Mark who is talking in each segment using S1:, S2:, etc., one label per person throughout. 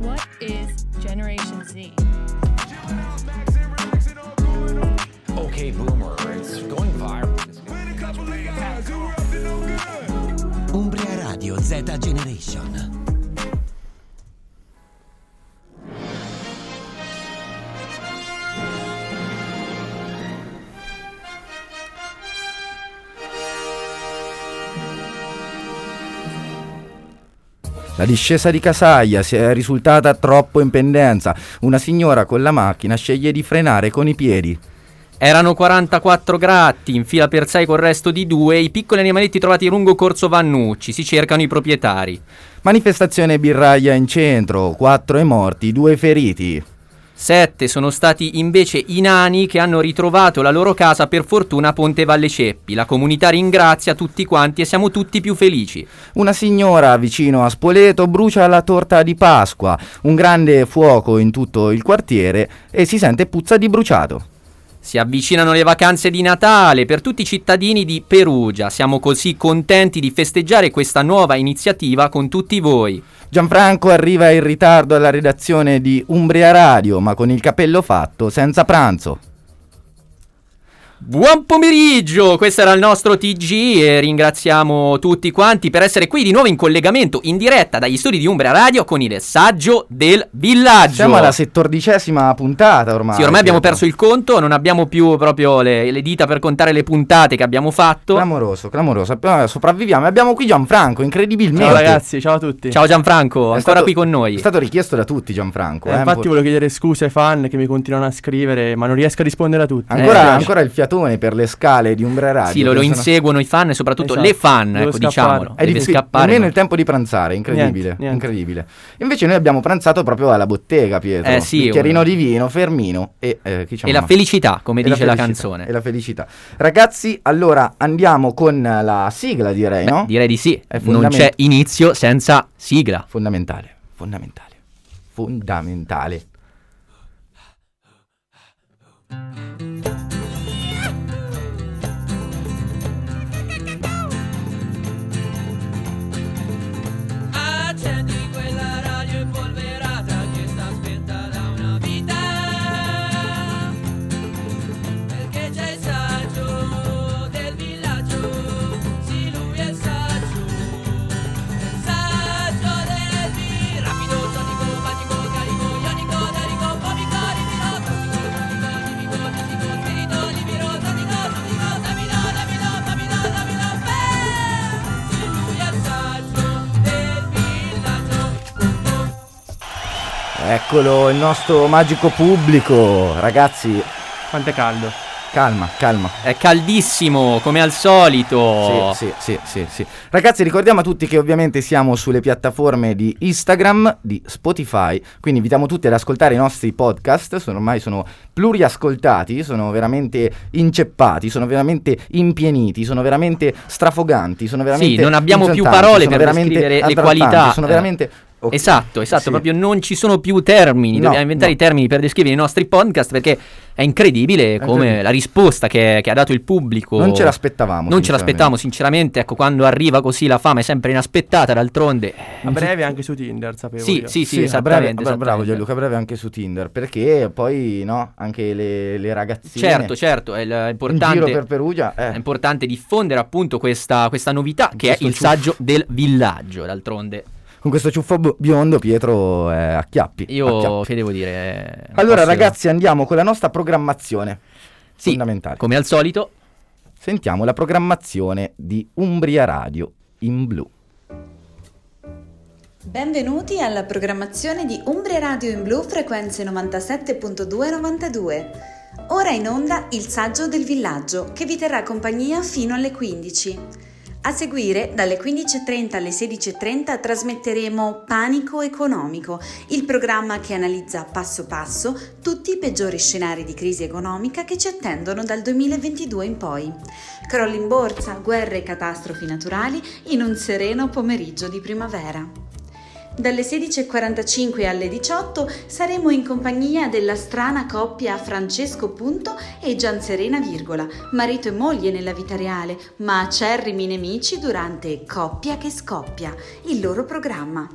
S1: What is Generation Z?
S2: Okay, boomer, it's going viral.
S3: Umbria Radio Z Generation.
S4: La discesa di Casaglia si è risultata troppo in pendenza. Una signora con la macchina sceglie di frenare con i piedi.
S5: Erano 44 gratti, in fila per 6 col resto di due, i piccoli animaletti trovati lungo Corso Vannucci, si cercano i proprietari.
S4: Manifestazione birraia in centro, 4 i morti, 2 feriti.
S5: Sette sono stati invece i nani che hanno ritrovato la loro casa per fortuna a Ponte Valle Ceppi. La comunità ringrazia tutti quanti e siamo tutti più felici.
S4: Una signora vicino a Spoleto brucia la torta di Pasqua, un grande fuoco in tutto il quartiere e si sente puzza di bruciato.
S5: Si avvicinano le vacanze di Natale per tutti i cittadini di Perugia. Siamo così contenti di festeggiare questa nuova iniziativa con tutti voi.
S4: Gianfranco arriva in ritardo alla redazione di Umbria Radio, ma con il capello fatto, senza pranzo.
S5: Buon pomeriggio, questo era il nostro TG e ringraziamo tutti quanti per essere qui di nuovo in collegamento in diretta dagli studi di Umbria Radio con il saggio del villaggio.
S4: Siamo alla settordicesima puntata ormai.
S5: Sì, ormai abbiamo
S4: Pietro.
S5: perso il conto, non abbiamo più proprio le, le dita per contare le puntate che abbiamo fatto.
S4: Clamoroso, clamoroso. Abbiamo- Sopravviviamo. E Abbiamo qui Gianfranco, incredibilmente.
S6: Ciao ragazzi, ciao a tutti.
S5: Ciao Gianfranco,
S4: È
S5: ancora
S4: stato-
S5: qui con noi.
S4: È stato richiesto da tutti Gianfranco.
S6: Eh,
S4: eh.
S6: infatti volevo chiedere scusa ai fan che mi continuano a scrivere, ma non riesco a rispondere a tutti.
S4: ancora,
S6: Eh, mi piace.
S4: ancora il fiatone per le scale di Umbra Radio.
S5: Sì, lo, lo
S4: Questo-
S5: inseguono i fan e soprattutto
S6: Esatto.
S5: le fan,
S6: Devo
S5: ecco,
S6: scappare.
S5: diciamolo.
S4: È
S5: Deve
S4: difficile,
S5: scappare.
S4: nemmeno
S5: no?
S4: il tempo di pranzare, incredibile,
S6: Niente, niente.
S4: incredibile. Invece noi abbiamo pranzato proprio alla bottega, Pietro.
S5: Eh sì,
S4: Bicchierino
S5: un-
S4: di vino, Fermino e eh, chi c'è
S5: E la
S4: mamma?
S5: felicità, come
S4: E
S5: dice la,
S4: felicità,
S5: canzone.
S4: E la felicità. Ragazzi, allora andiamo con la sigla, direi,
S5: Beh,
S4: no?
S5: Direi di sì.
S4: È
S5: Non
S4: fondament-
S5: c'è inizio senza sigla.
S4: Fondamentale, fondamentale, fondamentale.
S7: Accendi quella radio impolverata che sta spenta da una vita Perché c'è il saggio del villaggio Sì, lui è il saggio È il saggio del villaggio Rapido, sonico, fatico, carico, ionico, darico, comico, ritiro Tossico, tonico, nimico, tonico, spirito, libero, tonico, tonico Davino, Davino, Davino, Davino, beh Sì, lui è il saggio del villaggio
S4: Eccolo il nostro magico pubblico. Ragazzi,
S6: Quanto è caldo.
S4: calma, calma.
S5: È caldissimo, come al solito.
S4: Sì, sì, sì, sì, sì. Ragazzi, ricordiamo a tutti che ovviamente siamo sulle piattaforme di Instagram, di Spotify, quindi invitiamo tutti ad ascoltare i nostri podcast, sono ormai sono pluriascoltati, sono veramente inceppati, sono veramente impieniti, sono veramente strafoganti, sono veramente
S5: non abbiamo più
S4: insultanti,
S5: parole
S4: sono
S5: per
S4: veramente
S5: descrivere le
S4: aggrattanti,
S5: qualità.
S4: Sono
S5: Eh.
S4: veramente Ok,
S5: Esatto, esatto,
S4: sì.
S5: proprio non ci sono più termini,
S4: No,
S5: dobbiamo inventare
S4: no.
S5: i termini per descrivere i nostri podcast perché è incredibile come
S4: incredibile.
S5: la risposta che, che ha dato il pubblico.
S4: Non ce l'aspettavamo.
S5: Non ce
S4: sinceramente.
S5: l'aspettavamo, sinceramente, ecco, quando arriva così la fama è sempre inaspettata, d'altronde. eh,
S6: A breve anche su Tinder, sapevo
S5: Sì,
S6: io.
S5: sì,
S4: a
S5: sì,
S4: breve-
S5: esattamente.
S4: bra- bravo
S5: esattamente.
S4: Gianluca, breve anche su Tinder, perché poi no, anche le, le ragazzine
S5: Certo, certo, è, l- è
S4: in giro
S5: importante.
S4: per Perugia, eh.
S5: È importante diffondere appunto questa, questa novità che
S4: Questo
S5: è il
S4: ciuffo.
S5: saggio del villaggio, d'altronde.
S4: Con questo ciuffo b- biondo Pietro è a chiappi. a
S5: Io
S4: chiappi.
S5: che devo dire... eh, non
S4: Allora
S5: posso-
S4: ragazzi andiamo con la nostra programmazione.
S5: Sì,
S4: Fondamentale.
S5: Come al solito,
S4: Sentiamo la programmazione di Umbria Radio in blu.
S8: Benvenuti alla programmazione di Umbria Radio in Blu frequenze 97.292. Ora in onda il saggio del villaggio che vi terrà compagnia fino alle 15. A seguire, dalle 15.30 alle 16.30 trasmetteremo Panico economico, il programma che analizza passo passo tutti i peggiori scenari di crisi economica che ci attendono dal 2022 in poi. Crolli in borsa, guerre e catastrofi naturali in un sereno pomeriggio di primavera. Dalle 16.45 alle 18 saremo in compagnia della strana coppia Francesco Punto e Gianserena Virgola, marito e moglie nella vita reale, ma acerrimi nemici durante Coppia che scoppia, il loro programma.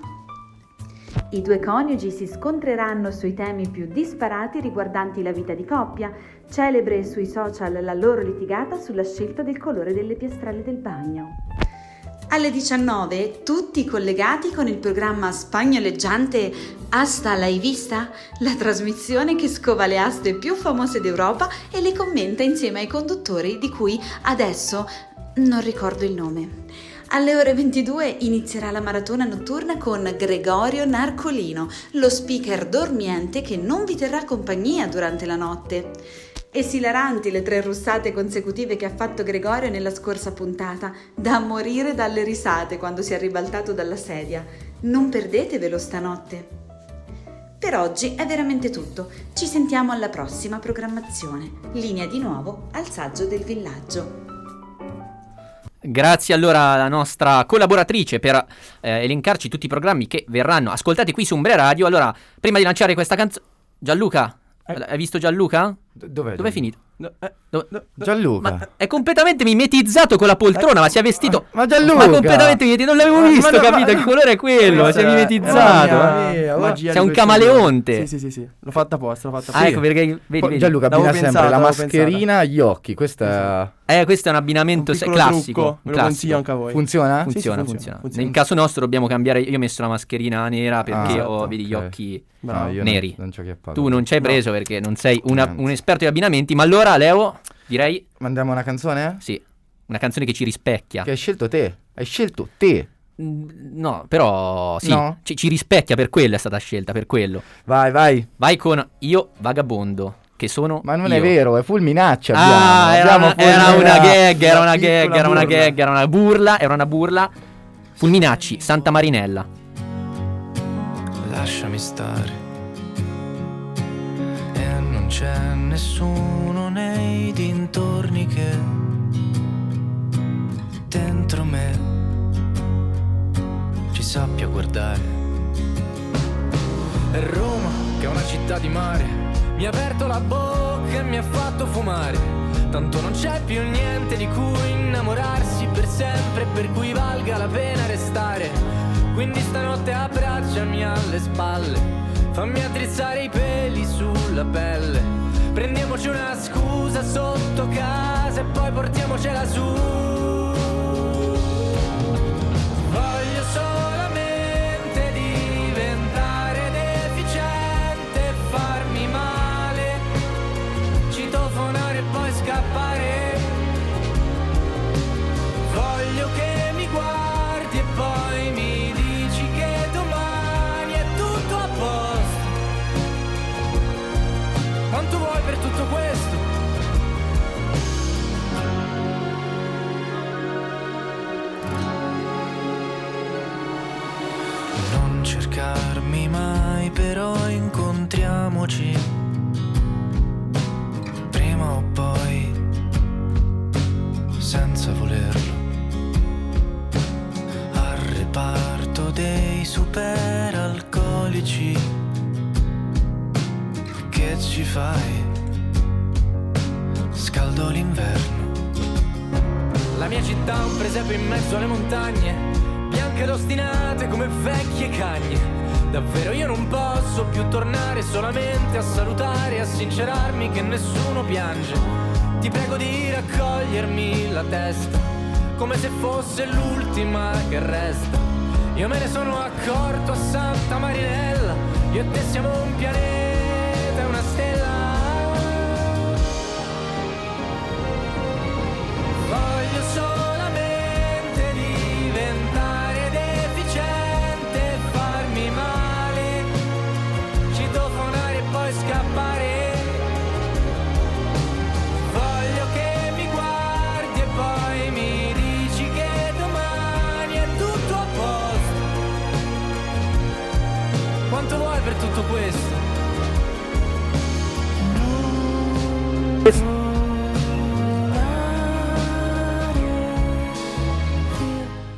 S8: I due coniugi si scontreranno sui temi più disparati riguardanti la vita di coppia, celebre sui social la loro litigata sulla scelta del colore delle piastrelle del bagno. Alle 19 tutti collegati con il programma spagnoleggiante Asta l'hai vista? La trasmissione che scova le aste più famose d'Europa e le commenta insieme ai conduttori di cui adesso non ricordo il nome. Alle ore 22 inizierà la maratona notturna con Gregorio Narcolino, lo speaker dormiente che non vi terrà compagnia durante la notte. Esilaranti le tre russate consecutive che ha fatto Gregorio nella scorsa puntata, da morire dalle risate quando si è ribaltato dalla sedia. Non perdetevelo stanotte. Per oggi è veramente tutto, ci sentiamo alla prossima programmazione. Linea di nuovo al saggio del villaggio.
S5: Grazie allora alla nostra collaboratrice per eh, elencarci tutti i programmi che verranno ascoltati qui su Umbria Radio. Allora, prima di lanciare questa canzone... Gianluca,
S6: Eh.
S5: hai visto Gianluca?
S4: D- dov'è?
S5: Dove
S4: Gianluca?
S5: è finito?
S6: No, eh,
S5: Dove-
S4: Gianluca.
S5: Ma eh, è completamente mimetizzato con la poltrona, ma si è vestito.
S4: Ma Gianluca!
S5: Ma completamente mimetizzato. Non l'avevo
S4: Ma-
S5: visto,
S4: ma-
S5: capito?
S4: ma-
S5: che colore è quello? Si è
S6: Era-
S5: mimetizzato.
S6: era la mia
S4: eh.
S6: magia di
S5: Sei un
S6: questi
S5: camaleonte.
S6: giorni. Sì, sì, sì, sì. L'ho fatta apposta, l'ho fatta
S5: Ah,
S6: apposta.
S5: ecco perché. Vedi,
S4: Poi
S5: vedi.
S4: Gianluca abbina
S6: L'avevo
S4: sempre
S6: pensato,
S4: la
S6: l'avevo
S4: mascherina agli occhi. Questa
S5: Eh, questo è un abbinamento
S6: Un
S5: se-
S6: piccolo
S5: classico.
S6: trucco, ve lo
S5: classico.
S6: consiglio anche a voi.
S4: funziona?
S6: Sì, sì,
S5: Funziona,
S6: funziona,
S5: funziona.
S6: funziona.
S5: In caso nostro dobbiamo cambiare. Io ho messo la mascherina nera
S4: Ah,
S5: perché
S4: esatto,
S5: ho vedi, gli
S4: ok.
S5: occhi
S6: Bravo.
S4: No, io non-
S5: neri.
S4: Non, ci ho chiappato.
S5: tu non ci hai
S6: No.
S5: preso perché non sei una-
S4: Niente.
S5: un esperto di abbinamenti. Ma allora, Leo, direi
S4: Mandiamo una canzone?
S5: sì. Una canzone che ci rispecchia.
S4: Che hai scelto te. Hai scelto te.
S5: Mm, No, però sì.
S4: No?
S5: Ci, ci rispecchia per quello è stata scelta, per quello.
S4: Vai, vai.
S5: Vai con Io Vagabondo, che sono.
S4: Ma non
S5: io.
S4: è vero, è fulminaccia.
S5: Ah,
S4: abbiamo.
S5: era
S4: Abbiamo
S5: una, era
S4: fulmina-
S5: una gag, era una
S4: piccola
S5: gag, era una
S4: burla.
S5: gag, era una burla, era una burla. Fulminacci, Santa Marinella.
S2: Lasciami stare. E non c'è nessuno nei dintorni che dentro me ci sappia guardare. È Roma, che è una città di mare, mi ha aperto la bocca e mi ha fatto fumare. Tanto non c'è più niente di cui innamorarsi per sempre, per cui valga la pena restare. Quindi stanotte abbracciami alle spalle, fammi addrizzare i peli sulla pelle. Prendiamoci una scusa sotto casa e poi portiamocela su. Voglio solamente diventare deficiente e farmi male, citofonare e poi scappare. Voglio che mi guardi e poi mi dici che domani è tutto a posto. Quanto vuoi per tutto questo? Non cercarmi mai, però incontriamoci. Prima o poi, senza volerlo. Al reparto dei superalcolici. Che ci fai? Scaldo l'inverno. La mia città è un presepe in mezzo alle montagne, bianche ed ostinate come vecchie cagne. Davvero io non posso più tornare solamente a salutare e a sincerarmi che nessuno piange. Ti prego di raccogliermi la testa, come se fosse l'ultima che resta. Io me ne sono accorto a Santa Marinella, io e te siamo un pianeta e una stella. Voglio solamente diventare deficiente e farmi male, citofonare e poi scappare. Voglio che mi guardi e poi mi dici che domani è tutto a posto. Quanto vuoi per tutto questo?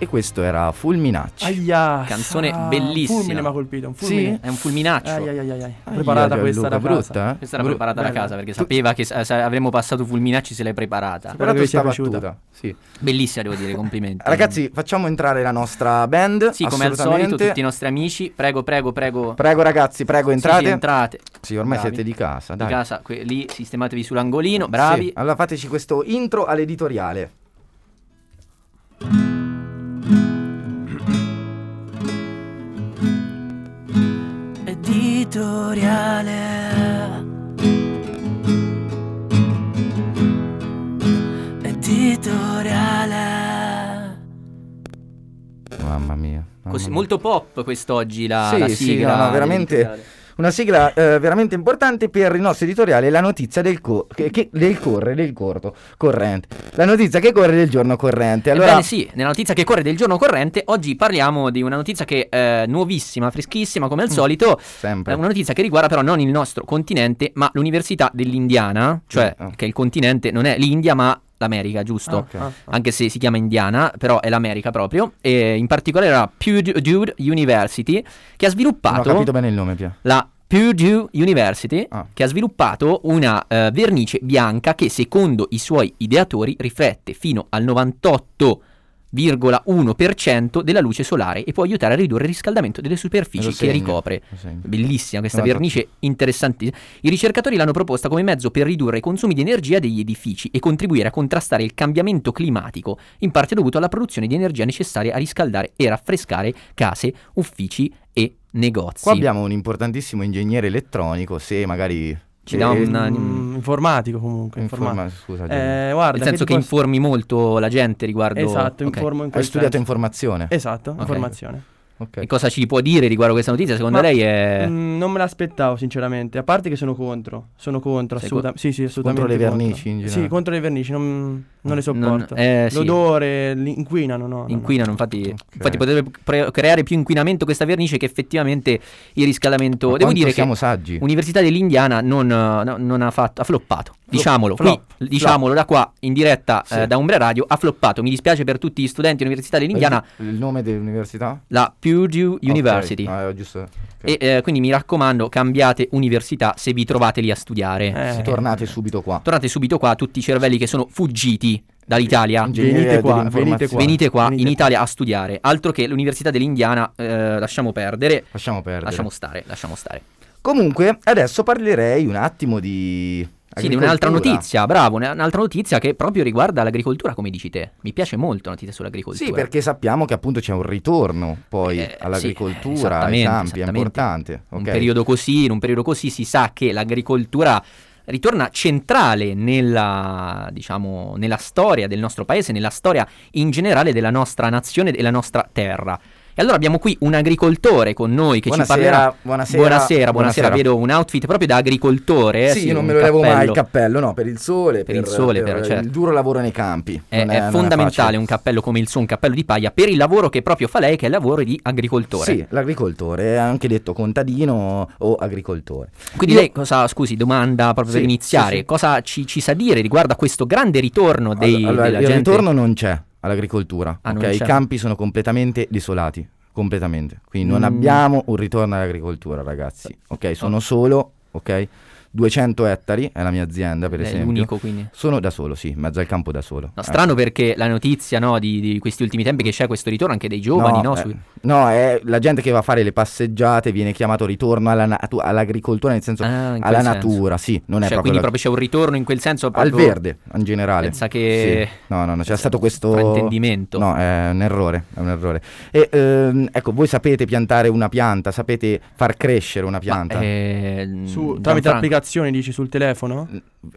S4: E questo era Fulminacci.
S6: Aia.
S5: Canzone
S6: ah,
S5: bellissima.
S6: Un fulmine mi ha colpito, un fulmine.
S5: È un fulminaccio.
S6: Ai, ai, ai, ai, ai.
S4: Aia,
S6: Preparata questa
S4: Gianluca,
S6: era
S4: brutta, eh?
S5: Questa era
S4: Bru-
S5: preparata da
S6: bella.
S5: casa perché sapeva che sa- sa- avremmo passato Fulminacci, se l'è preparata.
S4: Però
S6: Spero
S4: tu
S6: che vi sia
S4: stava
S6: piaciuta.
S4: battuta, sì.
S5: Bellissima, devo dire, complimenti.
S4: Ragazzi, facciamo entrare la nostra band.
S5: sì, come al solito,
S4: assolutamente.
S5: tutti i nostri amici, prego, prego, prego.
S4: Prego ragazzi, prego
S5: Sì,
S4: entrate.
S5: sì, entrate.
S4: Sì, ormai
S5: Bravi.
S4: siete di casa, dai.
S5: Di casa, que- lì sistematevi sull'angolino, bravi.
S4: Sì, Allora fateci questo intro all'editoriale.
S7: Editoriale. Editoriale.
S4: Mamma mia. mamma
S5: Così,
S4: mia.
S5: molto pop quest'oggi la,
S4: Sì,
S5: la
S4: sì,
S5: sigla.
S4: no, no, veramente.
S5: dell'editoriale.
S4: Una sigla eh, veramente importante per il nostro editoriale, la notizia del, co- che- che- del corre, del corto, corrente. La notizia che corre del giorno corrente. Allora,
S5: Ebbene sì, nella notizia che corre del giorno corrente, oggi parliamo di una notizia che è nuovissima, freschissima come
S4: Mm.
S5: al solito,
S4: sempre.
S5: è Eh, una notizia che riguarda però non il nostro continente, ma l'Università dell'Indiana, cioè
S4: Sì, ah.
S5: che il continente non è l'India ma l'America,
S6: Ah,
S5: giusto?
S6: ok. Ah,
S5: Anche se si chiama Indiana, però è l'America proprio, e in particolare la Purdue University che ha
S4: non ho
S5: sviluppato
S4: capito bene il nome, Pia.
S5: la Purdue University
S4: Ah.
S5: che ha sviluppato una eh, vernice bianca che secondo i suoi ideatori riflette fino al 98,1% della luce solare e può aiutare a ridurre il riscaldamento delle
S4: Me lo
S5: superfici che
S4: segno,
S5: ricopre.
S4: lo segno.
S5: Bellissima questa
S4: 98.
S5: vernice, interessantissima. I ricercatori l'hanno proposta come mezzo per ridurre i consumi di energia degli edifici e contribuire a contrastare il cambiamento climatico, in parte dovuto alla produzione di energia necessaria a riscaldare e raffrescare case, uffici e negozi.
S4: Qua abbiamo un importantissimo ingegnere elettronico, se magari...
S5: Ci dà
S4: eh,
S5: una-
S6: Mm, informatico comunque, informatico.
S4: informa- scusa, Gianluca.
S6: Eh, guarda,
S5: Nel senso che
S6: ti posso-
S5: informi molto la gente riguardo...
S6: Esatto,
S5: Ok.
S6: informo in
S4: hai
S6: quel
S4: studiato
S6: senso.
S4: informazione.
S6: Esatto,
S5: Ok.
S6: informazione.
S4: Ok.
S5: E cosa ci può dire riguardo questa notizia? Secondo
S6: Ma-
S5: lei è...
S6: Mm, non me l'aspettavo, sinceramente. A parte che sono contro. Sono contro,
S5: Sei co-
S6: assolutamente. Sì, sì, assolutamente.
S4: le vernici in generale.
S6: Sì, contro le vernici, non, non
S5: Non-
S6: le sopporto.
S5: eh, sì.
S6: L'odore, l'inquinano, no. no, no.
S5: Inquinano, infatti,
S4: Ok.
S5: infatti potrebbe pre- creare più inquinamento questa vernice che effettivamente il riscaldamento.
S4: Ma
S5: Devo
S4: quanto
S5: dire
S4: siamo
S5: che
S4: saggi.
S5: Università dell'Indiana non, eh, no- non ha fatto, ha floppato. diciamolo, qui,
S6: flop,
S5: diciamolo da qua in diretta eh,
S4: Sì.
S5: da Umbria Radio, ha floppato. Mi dispiace per tutti gli studenti dell'Università dell'Indiana,
S4: Il il nome dell'università?
S5: la Purdue University.
S4: Ok, ah, giusto. ok.
S5: E eh, quindi mi raccomando, cambiate università se vi trovate lì a studiare.
S6: Eh,
S4: Tornate subito qua.
S5: Tornate subito qua, tutti i cervelli che sono fuggiti dall'Italia.
S6: venite qua,
S4: dell'informazione.
S6: venite qua.
S5: Venite qua
S6: Venite
S5: in
S6: qua.
S5: Italia a studiare. Altro che l'Università dell'Indiana, eh, lasciamo perdere.
S4: Lasciamo perdere.
S5: Lasciamo stare, lasciamo stare.
S4: Comunque, adesso parlerei un attimo di.
S5: Sì, di un'altra
S4: agricoltura.
S5: notizia, bravo, Ah, una- un'altra notizia che proprio riguarda l'agricoltura, come dici te. Mi piace molto la notizia sull'agricoltura.
S4: Sì, perché sappiamo che appunto c'è un ritorno poi
S5: Eh, sì,
S4: all'agricoltura, ai
S5: esattamente,
S4: campi, è
S5: esattamente.
S4: importante.
S5: In un
S4: ok?
S5: periodo così, in un periodo così si sa che l'agricoltura ritorna centrale nella, diciamo, nella storia del nostro paese, nella storia in generale della nostra nazione e della nostra terra. E allora abbiamo qui un agricoltore con noi che
S4: Buonasera,
S5: ci parlerà.
S4: buonasera,
S5: buonasera,
S4: buonasera.
S5: vedo un outfit proprio da agricoltore. eh,
S4: Sì, io non
S5: un
S4: me lo levo mai il
S5: cappello.
S4: cappello, no, per il sole,
S5: Per il sole, per- certo.
S4: il duro lavoro nei campi.
S5: È,
S4: Non
S5: è
S4: non
S5: fondamentale
S4: facile.
S5: un cappello come il suo, un cappello di paglia, per il lavoro che proprio fa lei, che è il lavoro di agricoltore.
S4: Sì, l'agricoltore, è anche detto contadino o agricoltore.
S5: Quindi
S4: Io-
S5: lei cosa, scusi, domanda proprio
S4: Sì,
S5: per iniziare,
S4: sì, sì.
S5: cosa ci, ci sa dire riguardo a questo grande ritorno dei,
S4: Allora,
S5: della
S4: il
S5: gente?
S4: ritorno non c'è all'agricoltura.
S5: Ah,
S4: ok?
S5: non
S4: I
S5: c'è.
S4: campi sono completamente desolati. Completamente. Quindi non
S5: Mm.
S4: abbiamo un ritorno all'agricoltura, ragazzi. Ok, sono
S5: Oh.
S4: solo ok? 200 ettari, è la mia azienda, per
S5: È
S4: esempio.
S5: l'unico quindi.
S4: Sono da solo, sì, in mezzo al campo da solo.
S5: No, strano perché la notizia no, di, di questi ultimi tempi che c'è questo ritorno anche dei giovani, no?
S4: eh,
S5: su-
S4: no, è la gente che va a fare le passeggiate, viene chiamato ritorno alla natu- all'agricoltura, nel senso
S5: Ah, in quel
S4: alla
S5: senso.
S4: natura, sì, non è
S5: Cioè,
S4: proprio,
S5: quindi
S4: la-
S5: proprio c'è un ritorno in quel senso
S4: al
S5: proprio-
S4: verde in generale.
S5: Pensa che-
S4: Sì. No, no, no, c'è stato questo
S5: Fraintendimento.
S4: No, è un errore, è un errore. E ehm, ecco, voi sapete piantare una pianta, sapete far crescere una
S5: Ma,
S4: pianta.
S5: eh,
S6: Su-
S5: Gianfranco-
S6: tramite applicazioni dici sul telefono?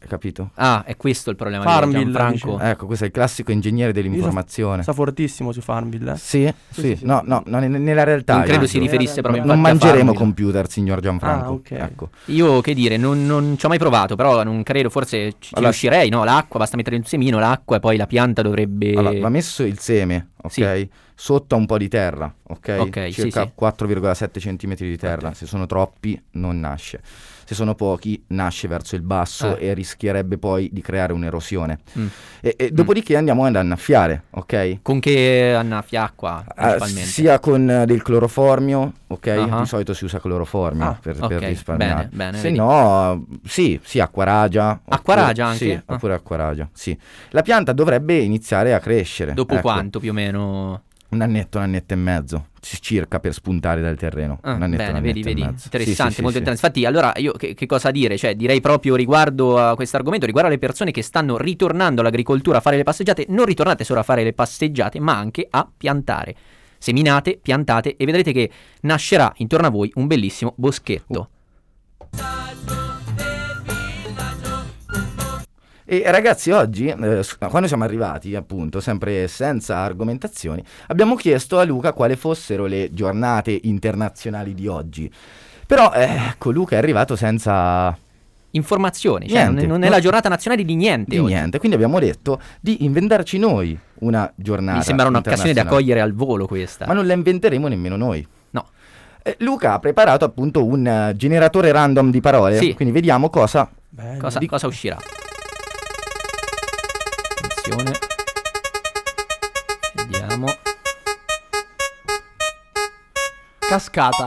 S4: Capito?
S5: Ah, è questo il problema di
S6: Farmville,
S5: Gianfranco.
S6: dice.
S4: Ecco, questo è il classico ingegnere dell'informazione.
S6: Sta fortissimo su Farmville. eh.
S4: Sì, sì,
S6: sì, sì.
S4: no, no, no, ne- nella realtà. eh.
S5: non credo
S4: io-
S5: si riferisse proprio
S4: Non
S5: infatti a
S4: mangeremo
S5: Farmville.
S4: computer, signor Gianfranco.
S6: Eh, Ah, ok.
S4: Ecco.
S5: Io che dire, non, non ci ho mai provato, però non credo, forse ci- ci
S4: Allora-
S5: riuscirei, no? L'acqua, basta mettere un semino, l'acqua e poi la pianta dovrebbe...
S4: Allora, va messo il seme, ok?
S5: Sì.
S4: Sotto a un po' di terra, ok?
S5: Ok, sì,
S4: Circa
S5: sì.
S4: 4,7 cm di terra. Se sono troppi, non nasce. Se sono pochi, nasce verso il basso
S5: Eh,
S4: e e rischierebbe poi di creare un'erosione.
S5: Mm.
S4: E- e dopodiché andiamo ad annaffiare, ok?
S5: Con che annaffia acqua
S4: Ah,
S5: principalmente?
S4: sia con eh, del cloroformio, ok?
S5: Ah.
S4: Di solito si usa cloroformio
S5: Ah,
S4: per,
S5: ok,
S4: per risparmiare.
S5: bene, bene,
S4: Se
S5: vedi.
S4: no, sì, sì, acquaragia. oppure-
S5: Acquaragia anche?
S4: Sì,
S5: Ah.
S4: oppure acquaragia, sì. La pianta dovrebbe iniziare a crescere.
S5: Dopo
S4: ecco,
S5: quanto più o meno?
S4: Un annetto, un annetto e mezzo, ci- circa per spuntare dal terreno.
S5: Ah,
S4: un annetto, un
S5: bene,
S4: annetto
S5: vedi,
S4: e
S5: vedi.
S4: mezzo.
S5: Interessante,
S4: Sì, sì,
S5: molto
S4: sì, sì.
S5: interessante. Infatti, allora io che, che cosa dire? Cioè, direi proprio riguardo a questo argomento, riguardo alle persone che stanno ritornando all'agricoltura a fare le passeggiate, non ritornate solo a fare le passeggiate, ma anche a piantare. Seminate, piantate e vedrete che nascerà intorno a voi un bellissimo boschetto.
S4: Uh, E ragazzi, oggi, eh, s- quando siamo arrivati, appunto, sempre senza argomentazioni, abbiamo chiesto a Luca quali fossero le giornate internazionali di oggi. Però, eh, ecco, Luca è arrivato senza
S5: Informazione, cioè,
S4: Niente.
S5: non, non è la giornata nazionale di niente.
S4: di
S5: oggi.
S4: niente, quindi abbiamo detto di inventarci noi una giornata.
S5: Mi sembra un'occasione da
S4: internazionale.
S5: cogliere al volo questa.
S4: Ma non la inventeremo nemmeno noi.
S5: No.
S4: Eh, Luca ha preparato appunto un eh, generatore random di parole,
S5: Sì.
S4: quindi vediamo cosa
S6: Bello.
S5: cosa,
S4: di-
S5: cosa uscirà? Attenzione. Vediamo.
S6: Cascata.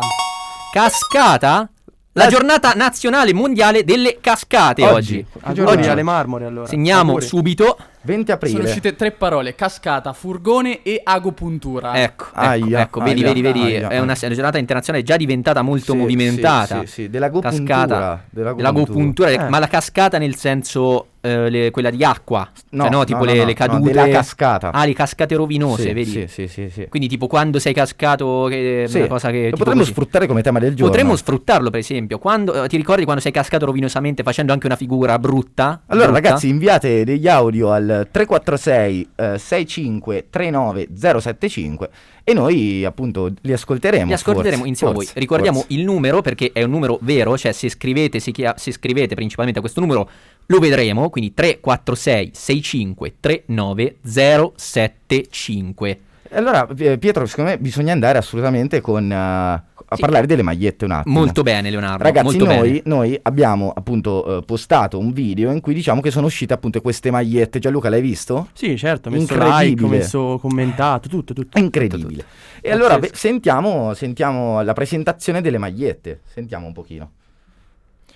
S5: Cascata? La giornata nazionale mondiale delle cascate oggi.
S4: Eh. oggi. Che giorno
S6: Auguri
S4: è?
S6: alle marmore allora.
S5: Segniamo
S6: Auguri.
S5: subito.
S4: 20 aprile.
S9: Sono uscite tre parole: cascata, furgone e agopuntura.
S5: Ecco, ecco,
S4: Ah. Aia,
S5: ecco, vedi,
S4: aia,
S5: vedi, vedi,
S4: aia,
S5: è una
S4: aia.
S5: è una giornata internazionale già diventata molto
S4: Sì,
S5: movimentata.
S4: sì, sì, sì, dell'agopuntura,
S5: Cascata,
S4: dell'agopuntura.
S5: dell'agopuntura,
S6: Eh.
S5: ma la cascata nel senso eh, le- quella di acqua, cioè, no, tipo le, le cadute,
S4: della cascata.
S5: ah, le cascate rovinose,
S4: Sì,
S5: vedi?
S4: Sì, sì, sì, sì.
S5: Quindi, tipo, quando sei cascato, che è
S4: Sì,
S5: una cosa che.
S4: lo
S5: tipo
S4: potremmo
S5: così.
S4: sfruttare come tema del giorno.
S5: Potremmo sfruttarlo, per esempio. Quando, eh, ti ricordi quando sei cascato rovinosamente facendo anche una figura brutta?
S4: Allora,
S5: Brutta?
S4: ragazzi, inviate degli audio al 346 eh, 65 39 075 e noi appunto li ascolteremo.
S5: Li ascolteremo
S4: forse,
S5: insieme a
S4: forse,
S5: voi. Ricordiamo
S4: forse.
S5: il numero perché è un numero vero, cioè se scrivete, si chia- se scrivete principalmente a questo numero lo vedremo, quindi 346 65 39 075.
S4: E Allora, eh, Pietro, secondo me bisogna andare assolutamente con, eh, a
S5: Sì.
S4: parlare delle magliette un attimo.
S5: Molto bene Leonardo,
S4: Ragazzi,
S5: molto bene.
S4: noi, noi abbiamo appunto eh, postato un video in cui diciamo che sono uscite appunto queste magliette. Gianluca, l'hai visto?
S6: Sì, certo, ho messo
S4: Incredibile.
S6: like, ho messo commentato, tutto, tutto.
S4: È incredibile. E allora beh, sentiamo, sentiamo la presentazione delle magliette. Sentiamo un pochino.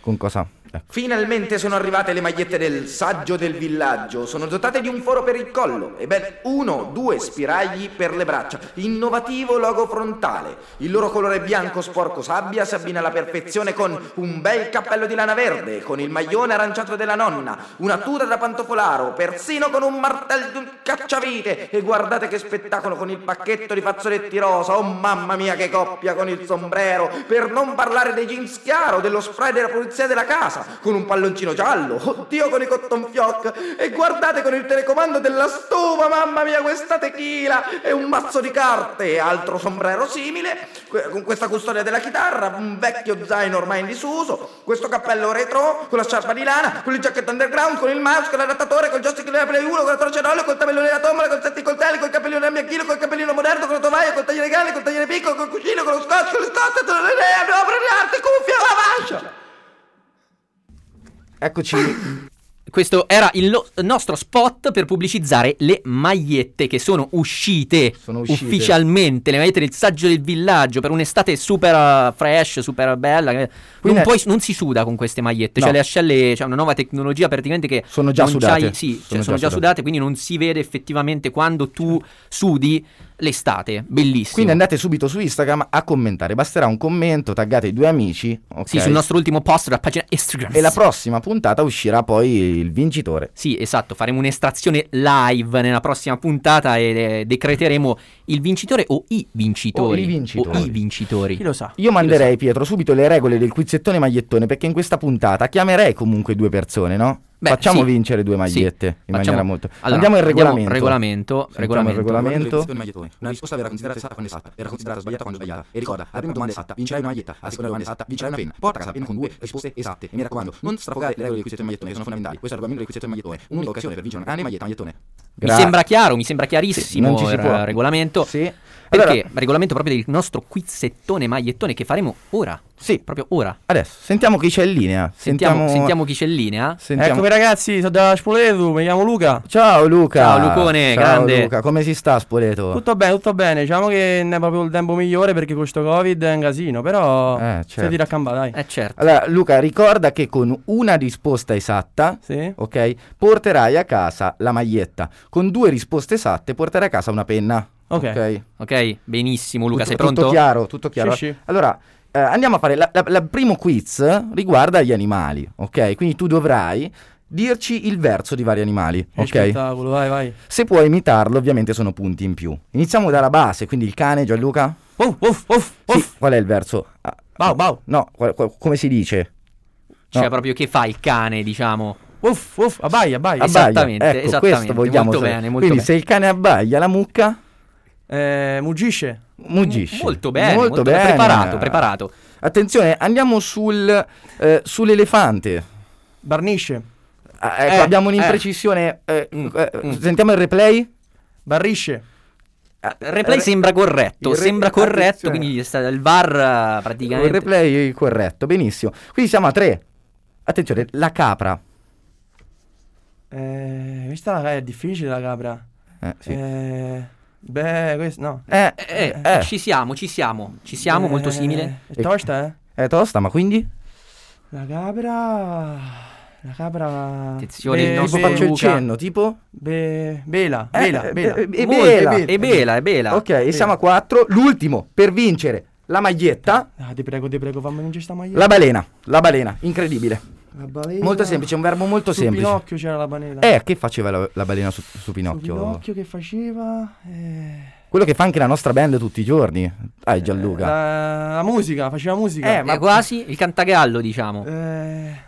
S4: Con cosa? Ecco.
S10: Finalmente sono arrivate le magliette del saggio del villaggio. Sono dotate di un foro per il collo e ben uno, due spiragli per le braccia. Innovativo logo frontale. Il loro colore bianco sporco sabbia si abbina alla perfezione con un bel cappello di lana verde, con il maglione aranciato della nonna, una tuta da pantofolaro, persino con un martello di un cacciavite. E guardate che spettacolo con il pacchetto di fazzoletti rosa. Oh mamma mia che coppia con il sombrero. Per non parlare dei jeans chiaro, dello spray della polizia della casa, con un palloncino giallo, oddio con i cotton fioc e guardate con il telecomando della stufa, mamma mia questa tequila e un mazzo di carte, altro sombrero simile, que- con questa custodia della chitarra, un vecchio zaino ormai in disuso, questo cappello retro con la sciarpa di lana, con il jacket underground, con il mouse, con l'adattatore, col joystick della Play 1, con la torcia d'olio, col tabellone della tombola, col setti coltelli, col cappellino a bianchino, col cappellino moderno, con la tovaglia, col tagliere grande, col tagliere piccolo, col cuscino, con lo scotch, con le stazze, con le opere d'arte, cuffia, la fascia.
S4: Eccoci.
S5: Questo era il lo- nostro spot per pubblicizzare le magliette che sono uscite,
S4: Sono uscite.
S5: ufficialmente, le magliette del saggio del villaggio per un'estate super eh, fresh, super bella. eh.
S4: Quindi
S5: Non,
S4: è-
S5: puoi- non si suda con queste magliette, cioè
S4: No.
S5: le ascelle, c'è una nuova tecnologia praticamente che
S4: Sono già
S5: non
S4: sudate.
S5: c'hai- sì, cioè, sono, già, sudate. quindi non si vede effettivamente quando tu sudi l'estate. Bellissimo.
S4: Quindi andate subito su Instagram a commentare. Basterà un commento, taggate i due amici. ok?
S5: Sì, sul nostro ultimo post della pagina Instagram.
S4: E la prossima puntata uscirà poi il vincitore.
S5: Sì, esatto, faremo un'estrazione live nella prossima puntata e eh, decreteremo il vincitore o i
S4: O
S5: vincitori.
S4: i vincitori.
S5: O i vincitori.
S6: Chi lo sa?
S4: Io manderei, Pietro, subito le regole del quizzettone magliettone perché in questa puntata chiamerei comunque due persone, no?
S5: Beh,
S4: Facciamo
S5: sì.
S4: vincere due magliette in
S5: Facciamo-
S4: maniera molto.
S5: Allora,
S4: andiamo al regolamento.
S5: andiamo al regolamento,
S4: Sentiamo
S5: regolamento.
S4: il regolamento.
S10: Quando il maglietone. Una risposta verrà considerata esatta quando esatta, verrà considerata sbagliata quando sbagliata. E ricorda, alla prima domanda esatta vincerai una maglietta, alla seconda domanda esatta vincerai una penna. Porta a casa penna con due risposte esatte. E mi raccomando, non strafogare le regole del quizzetto del magliettone, che sono fondamentali. Questo è il regolamento del quizzetto del magliettone. Un'unica occasione per vincere una cane, maglietta, magliettone.
S5: Mi
S4: Gra-
S5: sembra chiaro, mi sembra
S4: Sì,
S5: chiarissimo
S4: non ci si
S5: il eh,
S4: può.
S5: regolamento.
S4: Sì.
S5: Perché regolamento proprio del nostro quizzettone magliettone che faremo ora.
S4: Sì.
S5: Proprio ora.
S4: Adesso, sentiamo chi c'è in linea.
S5: Sentiamo, sentiamo chi c'è in linea.
S4: Sentiamo.
S6: Eccomi Ecco, ragazzi, sono da Spoletu, mi chiamo Luca.
S4: Ciao Luca.
S5: Ciao, Lucone,
S4: Ciao,
S5: grande.
S4: Luca, come si sta Spoleto?
S6: Tutto bene, tutto bene. Diciamo che non è proprio il tempo migliore perché questo Covid è un casino, però
S4: Eh,
S6: eh,
S4: certo.
S6: di raccamba, dai.
S5: Eh certo.
S4: Allora, Luca, ricorda che con una risposta esatta,
S6: Sì.
S4: ok, porterai a casa la maglietta. Con due risposte esatte, porterai a casa una penna.
S6: Ok.
S5: Ok, benissimo Luca,
S4: tutto,
S5: sei pronto?
S4: Tutto chiaro, tutto chiaro.
S6: Sì, sì.
S4: Allora, eh, andiamo a fare la, la- la- primo quiz riguarda gli animali, ok? Quindi tu dovrai dirci il verso di vari animali, ok?
S6: Che Eh, spettacolo, vai, vai.
S4: Se puoi imitarlo, ovviamente sono punti in più. Iniziamo dalla base, quindi il cane, Gianluca?
S6: Uff, uff, uff,
S4: Sì,
S6: uff.
S4: qual è il verso? Ah,
S6: Bau, bau.
S4: No, qual- qual- come si dice?
S5: Cioè
S4: No.
S5: proprio che fa il cane, diciamo.
S6: Uff, uff, abbai,
S5: Abbai.
S6: abbai.
S4: Abbaia.
S5: Esattamente,
S4: ecco,
S5: esattamente,
S4: questo vogliamo
S5: molto
S4: sapere.
S5: bene, molto
S4: Quindi
S5: bene.
S4: se il cane abbaia, la mucca
S6: Eh, muggisce.
S4: muggisce.
S5: Molto bene, molto, bene. Preparato, preparato.
S4: Attenzione, andiamo sul, eh, sull'elefante.
S6: Barnisce.
S4: Ah, ecco,
S5: Eh,
S4: abbiamo
S5: eh.
S4: un'imprecisione. eh,
S5: Mm,
S4: eh,
S5: mm.
S4: Sentiamo il replay?
S6: Barrisce.
S5: Il replay sembra corretto,
S4: il re-
S5: sembra corretto,
S4: attenzione.
S5: quindi è stato il VAR eh, praticamente.
S4: Il replay corretto, benissimo. Quindi siamo a tre. Attenzione, la capra.
S6: Eh, questa è difficile la capra.
S4: Eh, sì.
S6: Eh, beh, questo no.
S4: Eh,
S5: Eh,
S4: eh,
S5: ci siamo, ci siamo, ci siamo, molto
S6: Eh,
S5: simile.
S6: È tosta, eh?
S4: è tosta, ma quindi?
S6: La capra. La capra.
S5: Attenzione,
S6: Be-
S5: il
S4: Tipo
S5: nostro
S6: be-
S4: faccio il
S5: Luca.
S4: cenno, tipo?
S6: be- Bela,
S4: Eh,
S6: Bela,
S4: eh,
S6: Bela.
S4: eh, eh,
S5: Molto,
S4: Bela.
S5: è bela, eh, è bela.
S4: Ok, e siamo a quattro. L'ultimo, per vincere, la maglietta,
S6: Ah, ti prego, ti prego, fammi vincere sta maglietta.
S4: la balena. La balena, incredibile.
S6: La balena.
S4: Molto semplice, un verbo molto
S6: Su
S4: semplice.
S6: Pinocchio c'era la banela.
S4: Eh, che faceva la, la balena su, su
S6: Su
S4: Pinocchio?
S6: Pinocchio che faceva. eh,
S4: Quello che fa anche la nostra band tutti i giorni. Dai Gianluca.
S6: La, la musica, faceva musica.
S5: Eh, ma quasi il cantagallo, diciamo.
S6: Eh,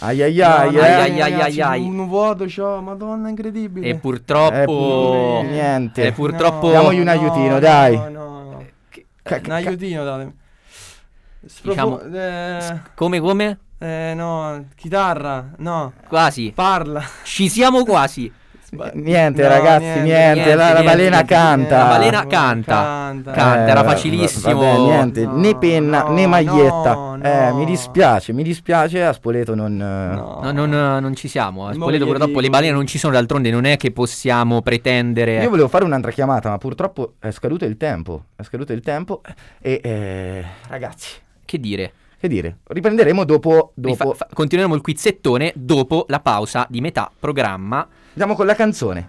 S4: Ai ai ai,
S6: no,
S4: eh.
S5: ai,
S6: ragazzi,
S5: ai, ai,
S6: ragazzi,
S5: ai.
S6: Un, un vuoto c'ho, madonna, incredibile.
S5: E purtroppo
S4: Eh, pu- niente.
S5: E purtroppo
S6: No,
S4: Diamogli un aiutino,
S6: Eh,
S4: dai.
S6: No, no. Eh,
S4: Ca-
S6: un aiutino, dai.
S5: Diciamo-
S6: eh,
S5: come come?
S6: eh, no, chitarra, no,
S5: Quasi.
S6: parla.
S5: Ci siamo quasi.
S4: Sba- Niente
S6: No,
S4: ragazzi, niente,
S6: niente, Eh,
S4: la, la
S5: niente,
S4: balena
S5: niente.
S4: canta.
S5: La balena canta.
S6: Canta.
S5: Canta, era
S4: va- va-
S5: facilissimo.
S4: vabbè, niente,
S6: No,
S4: né penna
S6: no,
S4: né maglietta.
S6: no,
S4: Eh,
S6: no.
S4: mi dispiace, mi dispiace, a Spoleto non... eh,
S6: No.
S5: No, non, non ci siamo. eh. A
S6: Mo
S5: Spoleto
S6: gli
S5: purtroppo
S6: dico-
S5: le balene non ci sono, d'altronde non è che possiamo pretendere. eh.
S4: Io volevo fare un'altra chiamata, ma purtroppo è scaduto il tempo. È scaduto il tempo e... eh, ragazzi,
S5: Che dire?
S4: che dire? Riprenderemo dopo...
S5: Rifa-
S4: dopo...
S5: fa- continueremo il quizzettone dopo la pausa di metà programma.
S4: Andiamo con la canzone.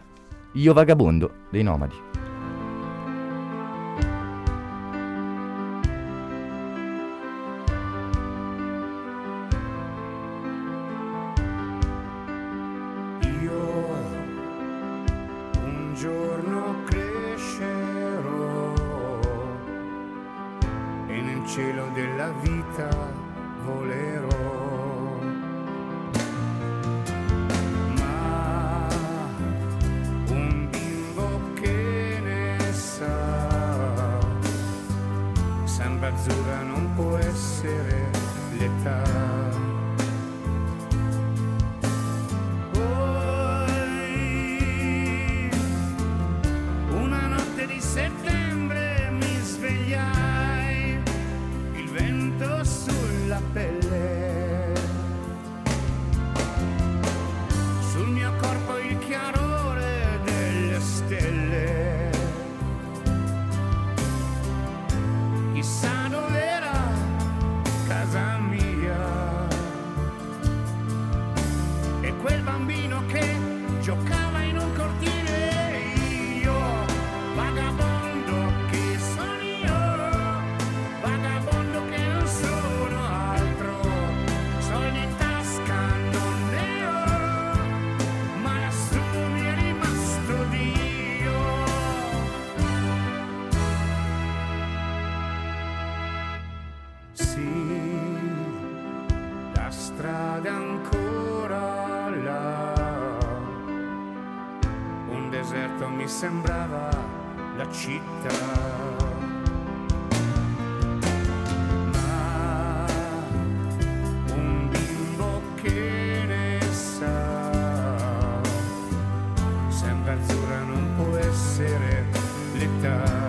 S4: Io vagabondo dei nomadi.
S11: Io un giorno crescerò e nel cielo della vita volerò. Ma un bimbo che ne sa, samba azzurra non può essere l'età. Poi, una notte di settembre mi svegliai, il vento sulla pelle, sul mio corpo il chiarore delle stelle. Chissà dov'era casa mia e quel bambino che giocava in un cortile io vagabondo che sono io vagabondo che non sono altro soldi in tasca non ne ho ma lassù mi è rimasto Dio sì la strada ancora là. Un deserto mi sembrava la città. Ma un bimbo che ne sa, sembra azzurra non può essere l'età.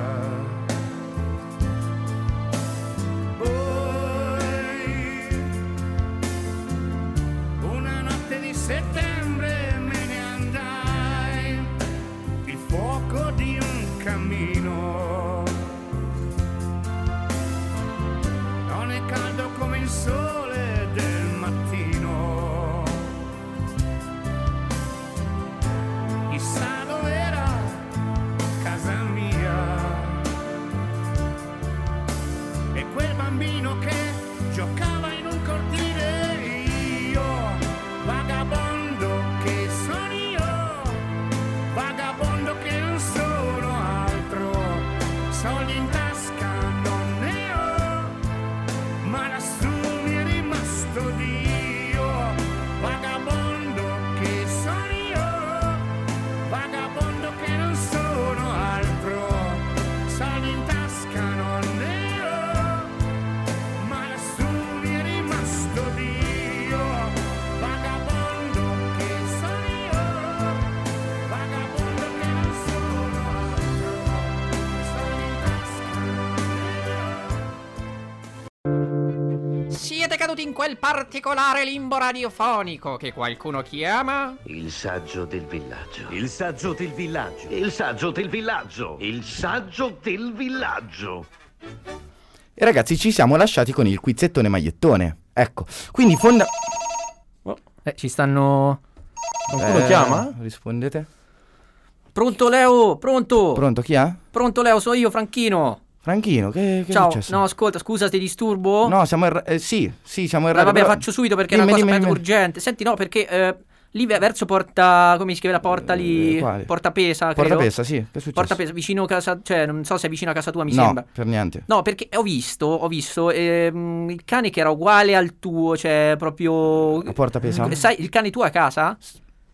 S11: sole del mattino. Chissà dov'era casa mia. E quel bambino che giocava in un cortile io, vagabondo che sono io, vagabondo che non sono altro, soldi in tasca non ne ho, ma lassù mi è rimasto Dio, vagabondo che sono io, vagabondo che non sono altro, soldi in tasca non ne ho, ma lassù mi è rimasto Dio, vagabondo che sono io, vagabondo che non sono altro, soldi in tasca
S12: Siete caduti in quel particolare limbo radiofonico che qualcuno chiama?
S13: Il saggio del villaggio. Il saggio del villaggio. Il saggio del villaggio. Il saggio del villaggio.
S4: E ragazzi, ci siamo lasciati con il quizzettone magliettone. Ecco, quindi fonda...
S5: Eh, ci stanno...
S4: Eh, Rispondete.
S5: Pronto Leo, pronto.
S4: Pronto, chi è?
S5: Pronto Leo, sono io, Franchino.
S4: Franchino, che, che è
S5: Ciao,
S4: successo?
S5: no, ascolta, scusa se ti disturbo.
S4: No, siamo in ra- eh, sì, sì, siamo in radio.
S5: vabbè,
S4: però-
S5: faccio subito perché
S4: Dimmi,
S5: è una cosa
S4: dimmi,
S5: per-
S4: dimmi.
S5: urgente. Senti, no, perché eh, lì ve- verso porta. Come si chiama la porta lì?
S4: Eh, quale?
S5: porta Pesa.
S4: Porta
S5: credo.
S4: Pesa, sì, che è successo?
S5: Porta Pesa, vicino casa. Cioè, non so se è vicino a casa tua, mi
S4: no,
S5: sembra.
S4: per niente.
S5: No, perché eh, ho visto, ho visto ehm, il cane che era uguale al tuo, cioè proprio.
S4: A Porta Pesa?
S5: Sai, il cane tuo a casa?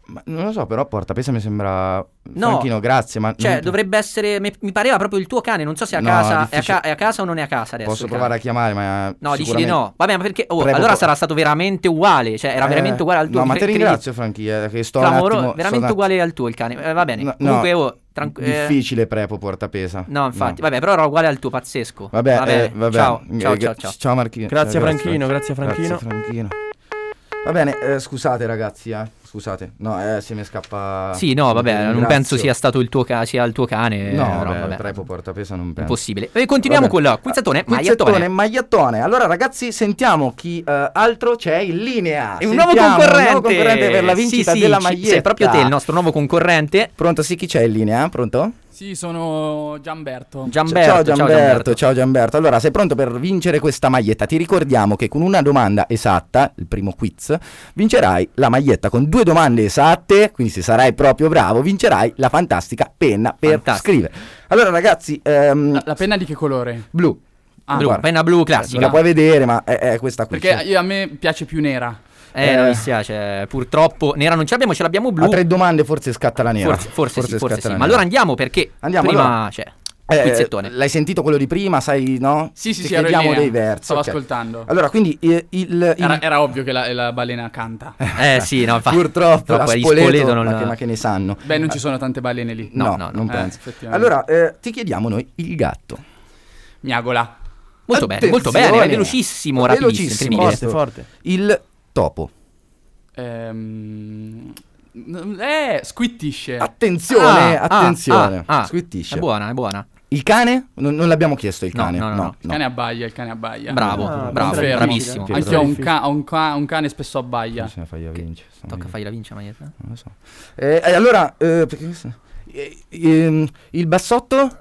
S4: Ma non lo so, però Porta Pesa mi sembra...
S5: No.
S4: Franchino, grazie, ma...
S5: Cioè,
S4: non-
S5: dovrebbe essere. Mi, mi pareva proprio il tuo cane. Non so se è a,
S4: Ah, No,
S5: casa, è a,
S4: difficile.
S5: ca- è a casa o non è a casa adesso.
S4: Posso
S5: il
S4: provare
S5: cane.
S4: a chiamare, ma...
S5: No, dici di no. Vabbè, ma perché. oh,
S4: Prego,
S5: allora
S4: po-
S5: sarà stato veramente uguale. Cioè, era veramente uguale al tuo.
S4: Eh, No, ma
S5: cre-
S4: ti
S5: credi-
S4: ringrazio, Franchi, eh, che sto un
S5: Clamoro-
S4: attimo- sto un
S5: veramente
S4: attimo-
S5: uguale al tuo il cane. Eh, va bene.
S4: No, no,
S5: Comunque, oh, tranqu- eh,
S4: Difficile prepo Portapesa.
S5: no, infatti, vabbè, però era uguale al tuo, pazzesco.
S4: Vabbè,
S5: Vabbè,
S4: eh, vabbè.
S5: Ciao,
S4: Eh,
S5: ciao, ciao,
S4: gra-
S5: ciao.
S4: ciao Marchino.
S6: Grazie,
S4: Ciao,
S6: Franchino, grazie, Franchino.
S4: Grazie, Franchino. Va bene, eh, scusate ragazzi, eh, scusate. No, eh, se mi scappa
S5: Sì, no, vabbè,
S4: Vi
S5: non
S4: ringrazio.
S5: penso sia stato il tuo, ca- sia il tuo cane.
S4: No,
S5: eh,
S4: vabbè, prepo Portapesa non penso. Ah,
S5: Impossibile. E continuiamo
S4: Va bene.
S5: con la quizzettone,
S4: Quizzettone,
S5: magliettone.
S4: magliettone. Allora, ragazzi, sentiamo chi eh, altro c'è in linea.
S5: È un
S4: Sentiamo
S5: nuovo concorrente.
S4: un nuovo concorrente per la vincita
S5: Sì, sì,
S4: della
S5: ci-
S4: maglietta.
S5: Sei proprio te il nostro nuovo concorrente.
S4: Pronto, sì, chi c'è in linea? Pronto?
S9: Sì, sono Gianberto.
S4: ciao Gianberto, ciao Gianberto. Allora, sei pronto per vincere questa maglietta? Ti ricordiamo che con una domanda esatta, il primo quiz, vincerai la maglietta. Con due domande esatte, quindi se sarai proprio bravo, vincerai la fantastica penna per
S9: Fantastico.
S4: scrivere. Allora, ragazzi, ehm,
S9: La penna di che colore?
S4: blu.
S9: Ah,
S4: Guarda,
S5: blu
S9: classica.
S4: La puoi vedere, ma è, è questa qui. Cioè,
S9: Perché io- a me piace più nera.
S5: Eh, non mi dispiace, purtroppo nera non ce l'abbiamo, ce l'abbiamo blu.
S4: A tre domande forse scatta la nera.
S5: Forse, forse, sì, forse
S4: scatta
S5: sì.
S4: la
S5: Ma
S4: nera.
S5: allora andiamo perché
S4: Andiamo,
S5: prima cioè,
S4: allora.
S5: c'è
S4: Eh,
S5: quizzettone.
S4: L'hai sentito quello di prima, sai, no?
S9: Sì, sì,
S4: Ti
S9: sì, ero in
S4: chiediamo dei
S9: linea.
S4: versi.
S9: Stavo
S4: ok.
S9: ascoltando.
S4: Allora, quindi eh, il, il-
S9: Era, era ovvio che la, la balena canta.
S5: Eh sì, no, fa-
S4: purtroppo la
S5: gli
S4: Spoleto,
S5: Spoleto non
S4: ma, che, ma che ne sanno.
S9: Beh, non ci sono tante balene lì.
S4: No, no, non
S9: Eh,
S4: penso.
S9: effettivamente.
S4: Allora, eh, ti chiediamo noi il gatto.
S9: Miagola.
S5: Molto bene, molto bene, è velocissimo, rapidissimo,
S4: velocissimo,
S5: incredibile.
S4: forte, forte. Il topo.
S9: Ehm... n- Eh, squittisce.
S4: Attenzione, attenzione.
S5: ah, ah.
S4: Squittisce.
S5: È buona, è buona.
S4: Il cane? Non, non l'abbiamo chiesto il
S5: No,
S4: cane.
S5: no, no, no.
S9: Il cane abbaia, il cane abbaia.
S5: Bravo, Ah, bravo,
S9: Confermo.
S5: bravissimo.
S9: Anch'io ho un, ca- ho un ca- un cane spesso abbaia.
S4: Bisogna fargliela vincere.
S5: Tocca fargli la vince, maglietta. Non
S4: lo so. Eh, eh, allora, eh, perché questo- eh, ehm, il bassotto?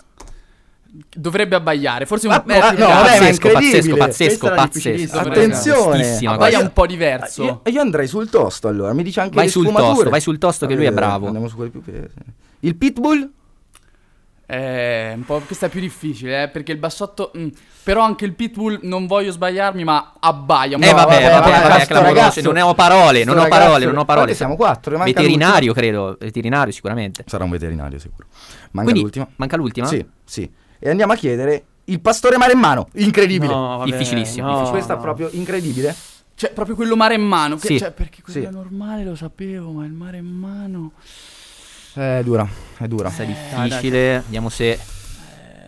S9: Dovrebbe abbaiare, forse un eh, po'
S4: Ah, no, vabbè, ma è incredibile. Questa
S5: pazzesco,
S4: era
S5: pazzesco.
S4: difficilissima.
S5: Dovrebbe-
S4: Attenzione,
S5: giustissima
S9: Abbaia
S5: questa.
S9: un po' diverso.
S4: Io, io andrei sul tosto allora, mi dice anche
S5: Vai
S4: le
S5: sul tosto,
S4: sfumature.
S5: vai sul tosto che
S4: A
S5: lui è
S4: vedere,
S5: bravo.
S4: Andiamo su quelli più pe- Il pitbull?
S9: Eh, un po', questa è più difficile, eh, perché il bassotto... mm, però anche il pitbull, non voglio sbagliarmi, ma abbaia. un
S5: Eh
S9: po'.
S5: vabbè, vabbè, vabbè,
S9: ma
S5: è
S9: sto
S5: clamoroso,
S9: ragazzo-
S5: non ho parole, non ho
S9: sto
S5: parole,
S9: ragazzo-
S5: non
S4: Quanti
S5: ho parole.
S4: siamo? Quattro? Ne manca
S5: Veterinario, credo, veterinario sicuramente.
S4: Sarà un veterinario sicuro. Manca
S5: Quindi,
S4: l'ultima.
S5: Manca l'ultima?
S4: Sì, sì. E andiamo a chiedere il pastore maremmano. Incredibile.
S5: No, vabbè, Difficilissimo, no, difficile.
S4: Questa è
S5: no.
S4: proprio incredibile.
S9: Cioè, proprio quello mare in mano. Che,
S4: Sì.
S9: Cioè, perché quello
S4: Sì.
S9: normale lo sapevo, ma il mare in mano...
S4: È dura, è dura.
S5: Questa è difficile, vediamo se... eh,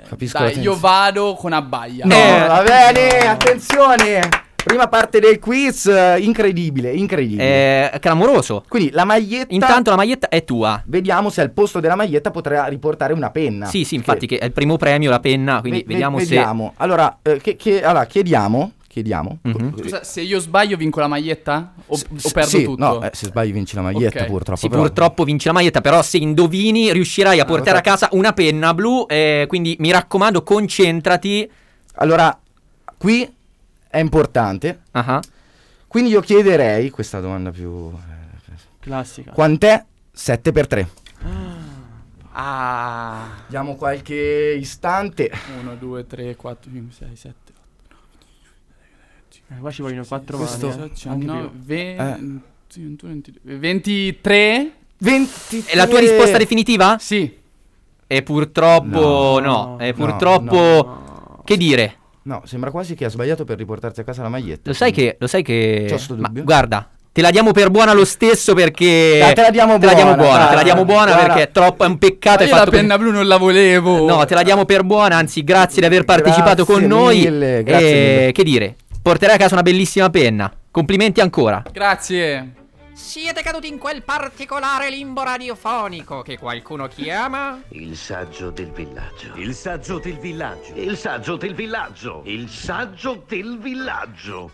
S4: Capisco.
S9: Eh, Dai, io vado con abbaia.
S5: Eh,
S9: Eh,
S4: No, Oh, va bene, attenzione. Prima parte del quiz, eh, incredibile, incredibile.
S5: È clamoroso.
S4: Quindi la maglietta...
S5: Intanto la maglietta è tua.
S4: Vediamo se al posto della maglietta potrà riportare una penna.
S5: Sì, sì, infatti che è il primo premio la penna, quindi
S4: Ve- ve-
S5: vediamo, se...
S4: Allora, eh, che- che- allora, chiediamo, chiediamo.
S5: Mhm.
S9: Scusa, se io sbaglio vinco la maglietta? O, o perdo
S4: sì,
S9: tutto?
S4: No, eh, se sbagli vinci la maglietta
S9: Ok.
S4: purtroppo.
S5: Sì,
S4: però- Ah,
S5: purtroppo vince la maglietta, però se indovini riuscirai a portare a casa una penna blu, eh, quindi mi raccomando concentrati.
S4: Allora, qui è importante. Quindi io chiederei questa domanda più... eh,
S6: Classica.
S4: Quant'è 7x3?
S9: Ah.
S4: Diamo qualche istante.
S9: 1, 2, 3, 4, 5, 6, 7,
S6: Eh, qua ci vogliono 4
S9: Questo-
S6: mani. eh.
S9: cioè,
S6: Anche
S9: no,
S6: più.
S9: ve-
S6: Eh.
S9: sì, 21, 22, 23?
S4: 23.
S5: È la tua risposta definitiva?
S9: Sì.
S5: E purtroppo no, e purtroppo che dire?
S4: No, sembra quasi che ha sbagliato per riportarti a casa la maglietta.
S5: Lo sai che lo sai che
S4: C'ho sto
S5: ma
S4: dubbio.
S5: guarda, te la diamo per buona lo stesso perché
S4: Dai, te la diamo buona,
S5: buona,
S4: dai,
S5: te la diamo
S4: dai,
S5: buona
S4: guarda.
S5: perché è troppo è un peccato
S4: Ma io la penna
S9: blu non la volevo.
S5: No, te la diamo per buona, anzi grazie di aver partecipato
S4: Grazie
S5: con noi.
S4: mille, grazie
S5: E
S4: mille.
S5: che dire? Porterai a casa una bellissima penna. Complimenti ancora.
S9: Grazie.
S12: Siete caduti in quel particolare limbo radiofonico che qualcuno chiama?
S13: Il saggio del villaggio. Il saggio del villaggio. Il saggio del villaggio. Il saggio del villaggio.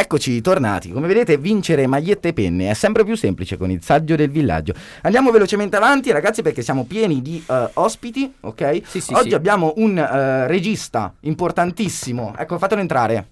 S4: Eccoci, tornati. Come vedete, vincere magliette e penne è sempre più semplice con il saggio del villaggio. Andiamo velocemente avanti, ragazzi, perché siamo pieni di eh, ospiti, ok?
S5: sì,
S4: Oggi
S5: sì.
S4: abbiamo un eh, regista importantissimo. Ecco, fatelo entrare.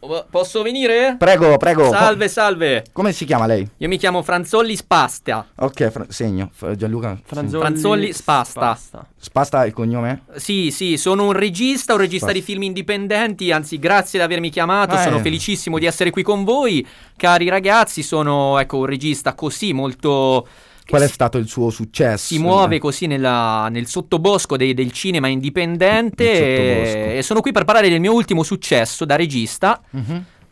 S5: Oh, Posso venire?
S4: Prego, prego.
S5: Salve, salve.
S4: Come si chiama lei?
S5: Io mi chiamo Franzolli Spasta.
S4: Ok, Fra- segno. F- Gianluca. segno.
S5: Franzolli, Spasta.
S4: Spasta è il cognome?
S5: Sì, sì, sono un regista, un regista
S4: Spasta.
S5: di film indipendenti, anzi grazie di avermi chiamato,
S4: Ah,
S5: sono
S4: eh.
S5: felicissimo di essere qui con voi. Cari ragazzi, sono ecco un regista così molto
S4: Qual è stato il suo successo?
S5: si muove così nella- nel sottobosco dei- del cinema indipendente
S4: sottobosco.
S5: e, e sono qui per parlare del mio ultimo successo da regista.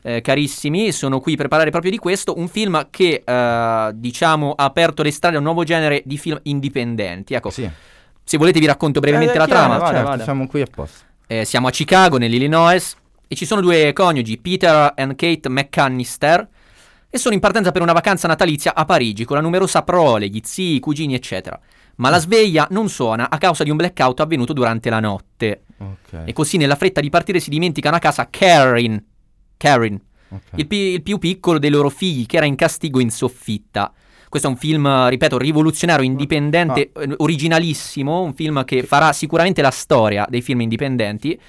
S5: Eh, carissimi, sono qui per parlare proprio di questo, un film che eh, diciamo ha aperto le strade a un nuovo genere di film indipendenti. Ecco. Se volete vi
S4: Eh,
S5: racconto brevemente la trama. Cioè,
S4: Certo, Siamo qui apposta.
S5: Eh, siamo a Chicago, nell'Illinois, e ci sono due coniugi, Peter e Kate McCannister, e sono in partenza per una vacanza natalizia a Parigi con la numerosa prole, gli zii, i cugini, eccetera. Ma la sveglia non suona a causa di un blackout avvenuto durante la notte.
S4: Ok.
S5: E così nella fretta di partire si dimenticano a casa Karen. Karen. Il, pi- il più piccolo dei loro figli, che era in castigo in soffitta. Questo è un film, eh, ripeto, rivoluzionario,
S4: Ah.
S5: indipendente, eh, originalissimo, un film che farà sicuramente la storia dei film indipendenti.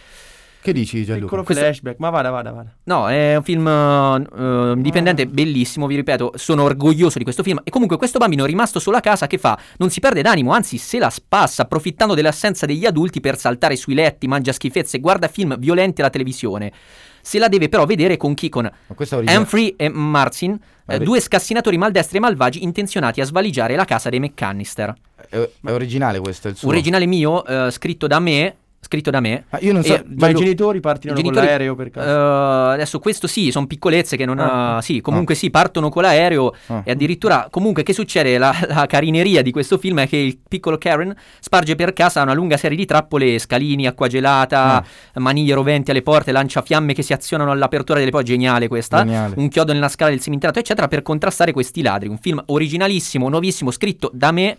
S4: Che dici Gianluca?
S6: Piccolo
S5: Questo-
S6: flashback, ma vada, vada, vada.
S5: No, è un film eh, eh,
S4: Ah.
S5: indipendente, bellissimo, vi ripeto, sono orgoglioso di questo film. E comunque questo bambino rimasto solo a casa che fa? Non si perde d'animo, anzi se la spassa, approfittando dell'assenza degli adulti per saltare sui letti, mangia schifezze, guarda film violenti alla televisione. Se la deve però vedere con chi? Con
S4: Questa è originale.
S5: Humphrey e Marcin, eh,
S4: Vabbè.
S5: due scassinatori maldestri e malvagi intenzionati a svaligiare la casa dei McCannister.
S4: È, è originale questo, è il suo. Ah,
S5: Originale mio, eh, scritto da me. Scritto da me.
S4: io non so- ma i
S6: genitori partirono con l'aereo per caso?
S5: eh, adesso questo sì, sono piccolezze che non ha.
S6: Ah.
S5: Sì, comunque sì, partono con l'aereo. E addirittura, comunque, che succede? La, la carineria di questo film è che il piccolo Karen sparge per casa una lunga serie di trappole, scalini, acqua gelata,
S6: Ah.
S5: maniglie roventi alle porte, lanciafiamme che si azionano all'apertura delle porte. Geniale questa.
S4: Geniale.
S5: Un chiodo nella scala del seminterrato, eccetera, per contrastare questi ladri. Un film originalissimo, nuovissimo, scritto da me.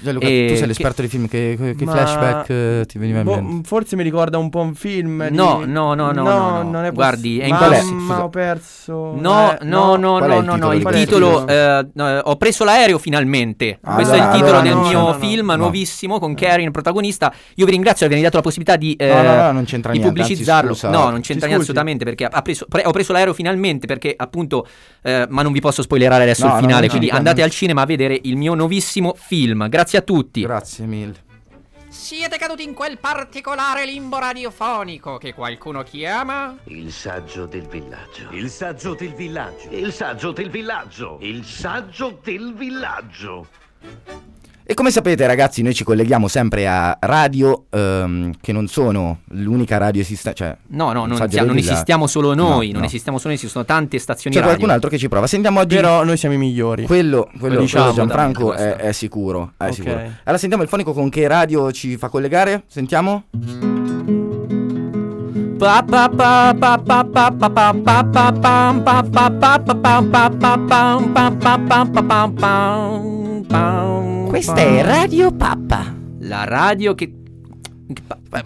S4: Gianluca,
S5: eh,
S4: tu sei
S5: che-
S4: l'esperto di film, che, che- che
S6: Ma-
S4: flashback eh, ti veniva in
S6: boh,
S4: mente?
S6: Forse mi ricorda un po' un film. di-
S5: No, no, no, no, no, no.
S6: non è
S5: Guardi, è
S6: possibile.
S5: impossibile.
S6: Mamma, ho perso.
S5: No,
S6: Eh,
S5: no, no,
S6: Qual è
S5: no,
S6: il
S5: no,
S6: titolo
S5: no,
S6: di
S5: il
S6: quel film?
S5: titolo, eh, no, eh, ho preso l'aereo finalmente,
S6: Ah,
S5: questo è il
S6: allora,
S5: titolo
S6: allora
S5: del
S6: no,
S5: mio
S6: no, no,
S5: film
S6: no.
S5: nuovissimo con Karen protagonista, io vi ringrazio di avermi dato la possibilità di, eh,
S4: No, no, no, non c'entra
S5: di
S4: niente, anzi,
S5: pubblicizzarlo,
S4: scusa.
S5: no, non
S4: Ti
S5: c'entra niente
S4: scusi?
S5: assolutamente perché ha preso- pre- ho preso l'aereo finalmente perché appunto, eh, ma non vi posso spoilerare adesso
S4: No,
S5: il
S4: no,
S5: finale,
S4: no,
S5: quindi
S4: no,
S5: andate
S4: no.
S5: al cinema a vedere il mio nuovissimo film, grazie a tutti.
S4: Grazie mille.
S12: Siete caduti in quel particolare limbo radiofonico che qualcuno chiama?
S13: Il saggio del villaggio. Il saggio del villaggio. Il saggio del villaggio. Il saggio del villaggio.
S4: E come sapete ragazzi noi ci colleghiamo sempre a radio ehm, che non sono l'unica radio esistente, cioè...
S5: No, no,
S4: il Saggio
S5: non, siamo-
S4: del
S5: non
S4: Villaggio.
S5: esistiamo solo noi,
S4: No,
S5: non
S4: no.
S5: esistiamo solo noi, ci sono tante stazioni
S4: C'è
S5: radio.
S4: qualcun altro che ci prova. Sentiamo oggi...
S6: Però noi siamo i migliori.
S4: Quello, quello,
S6: Diciamo,
S4: quello Gianfranco
S6: dai,
S4: è, è sicuro, è
S6: Ok.
S4: sicuro. Allora sentiamo il fonico con che radio ci fa collegare? Sentiamo?
S5: Pa pa pa pa pa pa pa pa pa pa pam, pa pa pa pa pam, pa pa pam, pa pa pam, pa pam, pam, pam.
S14: Questa è Radio Pappa.
S5: La radio che...